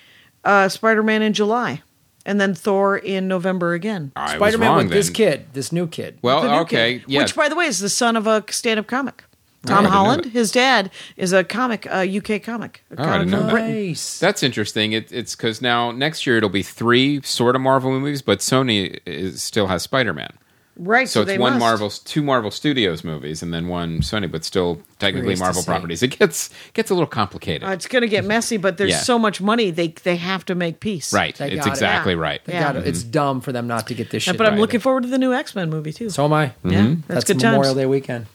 Speaker 4: uh, Spider Man in July, and then Thor in November again.
Speaker 1: I was
Speaker 3: Spider Man
Speaker 1: wrong
Speaker 3: with this
Speaker 1: then.
Speaker 3: kid, this new kid.
Speaker 4: The new
Speaker 1: Well, Oh, okay,
Speaker 4: kid,
Speaker 1: yeah. Oh,
Speaker 4: Which, by the way, is the son of a stand up comic.
Speaker 1: I
Speaker 4: Tom
Speaker 1: didn't know
Speaker 4: Holland,
Speaker 1: that. Oh,
Speaker 4: his dad, is a comic, a UK comic. A
Speaker 1: I didn't
Speaker 4: comic
Speaker 1: know
Speaker 4: from
Speaker 1: that.
Speaker 4: Britain.
Speaker 3: nice.
Speaker 1: That's interesting. It, it's because now next year it'll be three sort of Marvel movies, but Sony is, still has Spider Man.
Speaker 4: Right,
Speaker 1: So,
Speaker 4: so, they
Speaker 1: it's one
Speaker 4: must.
Speaker 1: Marvel, two Marvel Studios movies, and then one Sony, but still technically
Speaker 3: Curious to
Speaker 1: Marvel
Speaker 3: see.
Speaker 1: properties. It gets gets a little complicated.
Speaker 4: Uh, it's going to get messy, but there's
Speaker 1: Yeah.
Speaker 4: so much money they they have to make peace.
Speaker 1: right,
Speaker 3: They
Speaker 1: it's
Speaker 3: got it.
Speaker 1: exactly
Speaker 4: Yeah.
Speaker 1: right.
Speaker 3: They
Speaker 4: Yeah.
Speaker 3: got it.
Speaker 1: Mm-hmm.
Speaker 3: It's dumb for them not to get this shit.
Speaker 4: Uh, But I'm
Speaker 3: right.
Speaker 4: looking forward to the new X Men movie too.
Speaker 3: So am I.
Speaker 1: Mm-hmm.
Speaker 4: yeah, that's,
Speaker 3: That's,
Speaker 4: good
Speaker 3: Memorial
Speaker 4: times.
Speaker 3: Day weekend.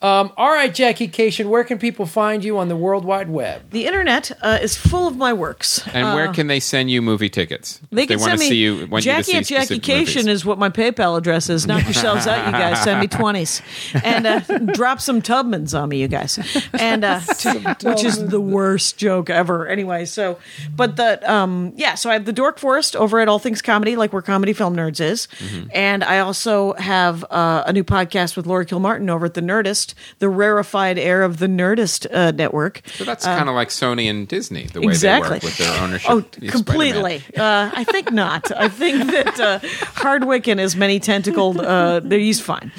Speaker 3: Um, all right, Jackie Cation, where can people find you on the World Wide Web?
Speaker 4: The internet uh, is full of my works.
Speaker 1: And where can they send you movie tickets?
Speaker 4: Uh. They
Speaker 1: If
Speaker 4: can
Speaker 1: wanna
Speaker 4: send me
Speaker 1: see you. Want you
Speaker 4: Jackie
Speaker 1: to
Speaker 4: at
Speaker 1: see
Speaker 4: Jackie
Speaker 1: specific
Speaker 4: Cation
Speaker 1: movies.
Speaker 4: is what my PayPal address is. Knock yourselves out, you guys. Send me twenties and uh, drop some Tubmans on me, you guys. And uh, to- which is the worst joke ever. Anyway, so but the um yeah, so I have the Dork Forest over at All Things Comedy, like where comedy film nerds is,
Speaker 1: Mm-hmm.
Speaker 4: and I also have uh, a new podcast with Laura Kilmartin over at the Nerdist, the rarefied air of the Nerdist uh, network.
Speaker 1: So that's kind of like Sony and Disney, the way
Speaker 4: uh, Exactly.
Speaker 1: they work with their ownership.
Speaker 4: Oh,
Speaker 1: of Spider-Man.
Speaker 4: completely. Uh, I think not. I think that uh, Hardwick and his many tentacled, uh, they're- he's fine.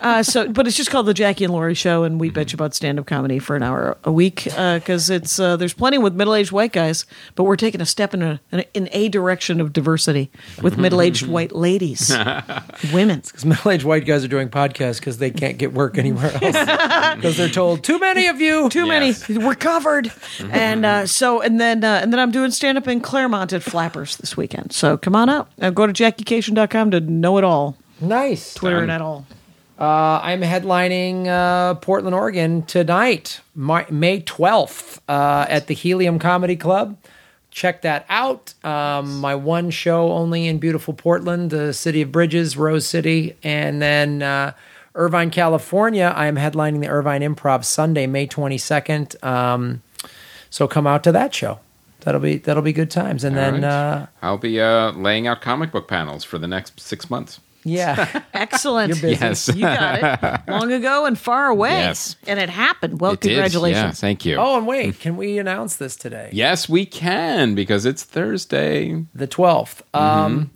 Speaker 4: Uh, so, but it's just called the Jackie and Laurie Show, and we bitch about stand-up comedy for an hour a week because it's uh, there's plenty with middle-aged white guys, but we're taking a step in a in a direction of diversity with middle-aged white ladies, women.
Speaker 3: middle aged white guys are doing podcasts because they can't get work anywhere else because they're told too many of you.
Speaker 4: Too
Speaker 1: Yes. Mm-hmm.
Speaker 4: many. We're covered, and uh, so and then uh, and then I'm doing stand up in Claremont at Flappers this weekend. So come on out. Uh, go to JackieCation.com to know it all.
Speaker 3: Nice.
Speaker 4: Twitter
Speaker 1: Done.
Speaker 4: and at all.
Speaker 3: Uh, I'm headlining uh, Portland, Oregon tonight, Mar- May 12th, uh, at the Helium Comedy Club. Check that out. Um, my one show only in beautiful Portland, the city of bridges, Rose City, and then uh, Irvine, California. I am headlining the Irvine Improv Sunday, May 22nd. Um, so come out to that show. That'll be that'll be good times. And
Speaker 1: All
Speaker 3: then
Speaker 1: right.
Speaker 3: uh,
Speaker 1: I'll be uh, laying out comic book panels for the next six months.
Speaker 3: yeah,
Speaker 4: Excellent.
Speaker 3: You're busy.
Speaker 1: Yes.
Speaker 4: You got it. Long ago and far away.
Speaker 1: Yes.
Speaker 4: And it happened. Well,
Speaker 1: It did. Yeah,
Speaker 4: Oh, congratulations.
Speaker 1: thank you.
Speaker 3: Oh, and wait, can we announce this today?
Speaker 1: Yes, we can because it's Thursday
Speaker 3: The 12th. Um,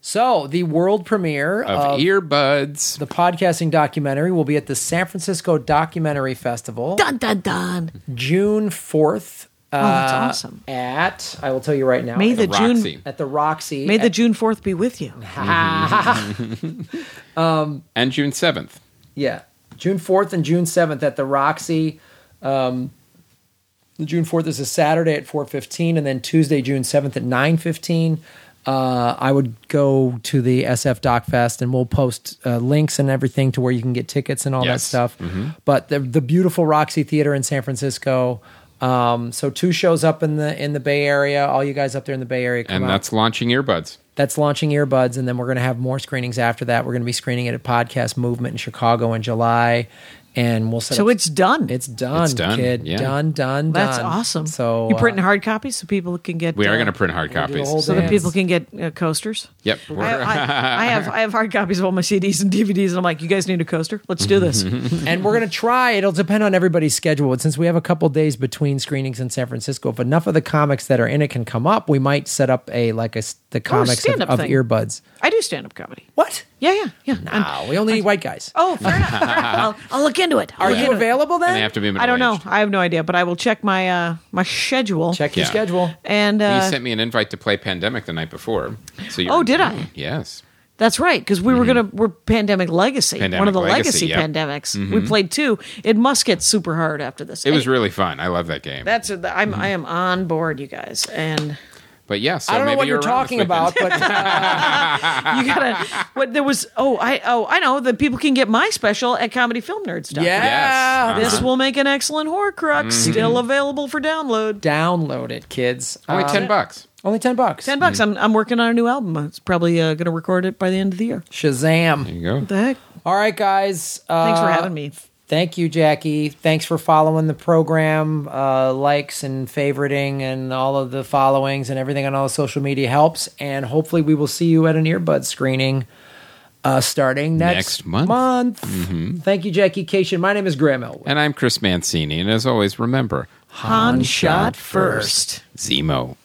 Speaker 3: so, the world premiere
Speaker 1: of
Speaker 3: of,
Speaker 1: earbuds.
Speaker 3: the podcasting documentary will be at the San Francisco Documentary Festival
Speaker 4: Dun, dun, dun.
Speaker 3: June 4th. Uh,
Speaker 4: Oh, that's awesome.
Speaker 3: At, I will tell you right now,
Speaker 4: May the
Speaker 1: Roxy.
Speaker 4: June
Speaker 3: at the Roxy.
Speaker 4: May the
Speaker 3: at-
Speaker 4: June 4th be with you.
Speaker 1: and June seventh.
Speaker 3: Yeah. June 4th and June 7th at the Roxy. Um, June 4th is a Saturday at 4.15 and then Tuesday, June 7th at 9.15. uh, I would go to the SF Doc Fest and we'll post uh, links and everything to where you can get tickets and all that
Speaker 1: Yes. Mm-hmm.
Speaker 3: stuff. But the, the beautiful Roxy Theater in San Francisco. Um, so two shows up in the in the Bay Area. All you guys up there in the Bay Area, come
Speaker 1: and
Speaker 3: out
Speaker 1: that's launching earbuds.
Speaker 3: that's launching earbuds and then we're going to have more screenings after that we're going to be screening it at podcast movement in chicago in july and we'll set
Speaker 4: So
Speaker 3: up-
Speaker 4: it's done.
Speaker 3: it's done
Speaker 1: It's done,
Speaker 3: kid
Speaker 1: yeah.
Speaker 3: done done
Speaker 4: That's
Speaker 3: done.
Speaker 4: awesome.
Speaker 3: so
Speaker 4: you printing
Speaker 3: uh,
Speaker 4: hard copies so people can get.
Speaker 1: We
Speaker 4: uh,
Speaker 1: are going to print hard
Speaker 3: do the
Speaker 1: copies.
Speaker 3: whole
Speaker 4: so that
Speaker 3: dance.
Speaker 4: people can get uh, coasters.
Speaker 1: Yep.
Speaker 4: I,
Speaker 1: We're,
Speaker 4: I, I have I have hard copies of all my CDs and DVDs, and I'm like, you guys need a coaster? Let's do this.
Speaker 3: and we're going to try it'll depend on everybody's schedule and since we have a couple days between screenings in san francisco if enough of the comics that are in it can come up we might set up a like a s- the comics of,
Speaker 4: Oh, stand-up
Speaker 3: of
Speaker 4: thing.
Speaker 3: earbuds
Speaker 4: I do stand up comedy.
Speaker 3: what
Speaker 4: Yeah, yeah, yeah. I'm-
Speaker 3: no we only need white guys
Speaker 4: oh, fair enough. Fair enough. I'll, I'll look into it. I'll
Speaker 3: are
Speaker 4: look
Speaker 3: you
Speaker 4: into it.
Speaker 3: available then
Speaker 1: they have to be.
Speaker 4: I don't know.
Speaker 1: middle-aged.
Speaker 4: I have no idea, but I will check my uh, my schedule.
Speaker 3: check your
Speaker 1: Yeah.
Speaker 3: schedule
Speaker 4: and uh,
Speaker 1: you sent me an invite to play Pandemic the night before. So you
Speaker 4: Oh, did I?
Speaker 1: Yes.
Speaker 4: That's right, because we were gonna we're pandemic legacy, one
Speaker 1: Mm-hmm. Pandemic
Speaker 4: of the legacy,
Speaker 1: Legacy, yep. Mm-hmm.
Speaker 4: pandemics. We played two. It must get super hard after this.
Speaker 1: It was Mm-hmm.
Speaker 4: Any-
Speaker 1: really fun. I love that game.
Speaker 4: that's a, I'm I am on board, you guys, and
Speaker 1: but yeah, so
Speaker 3: I don't know
Speaker 1: maybe
Speaker 3: what you're
Speaker 1: around this
Speaker 3: talking
Speaker 1: weekend.
Speaker 3: about, but
Speaker 4: you gotta. what there was? Oh, I oh I know that people can get my special at comedyfilmnerds.com.
Speaker 3: yeah,
Speaker 1: Yes.
Speaker 4: This
Speaker 1: Uh-huh.
Speaker 4: will make an excellent horcrux, still available for download.
Speaker 3: download it, kids.
Speaker 1: Only
Speaker 3: Uh,
Speaker 1: ten bucks.
Speaker 3: only ten bucks.
Speaker 4: Ten bucks. I'm, I'm working on a new album. It's probably uh, going to record it by the end of the year.
Speaker 3: Shazam!
Speaker 1: There you go.
Speaker 4: What the heck?
Speaker 3: All right, guys. Uh,
Speaker 4: Thanks for having me.
Speaker 3: Thank you, Jackie. Thanks for following the program. Uh, likes and favoriting and all of the followings and everything on all the social media helps. And hopefully, we will see you at an earbud screening uh, starting next,
Speaker 1: Next month. Mm-hmm.
Speaker 3: month. Thank you, Jackie Cation. My name is Graham Elwood.
Speaker 1: And I'm Chris Mancini, and as always, remember
Speaker 4: Han shot first.
Speaker 1: Zemo.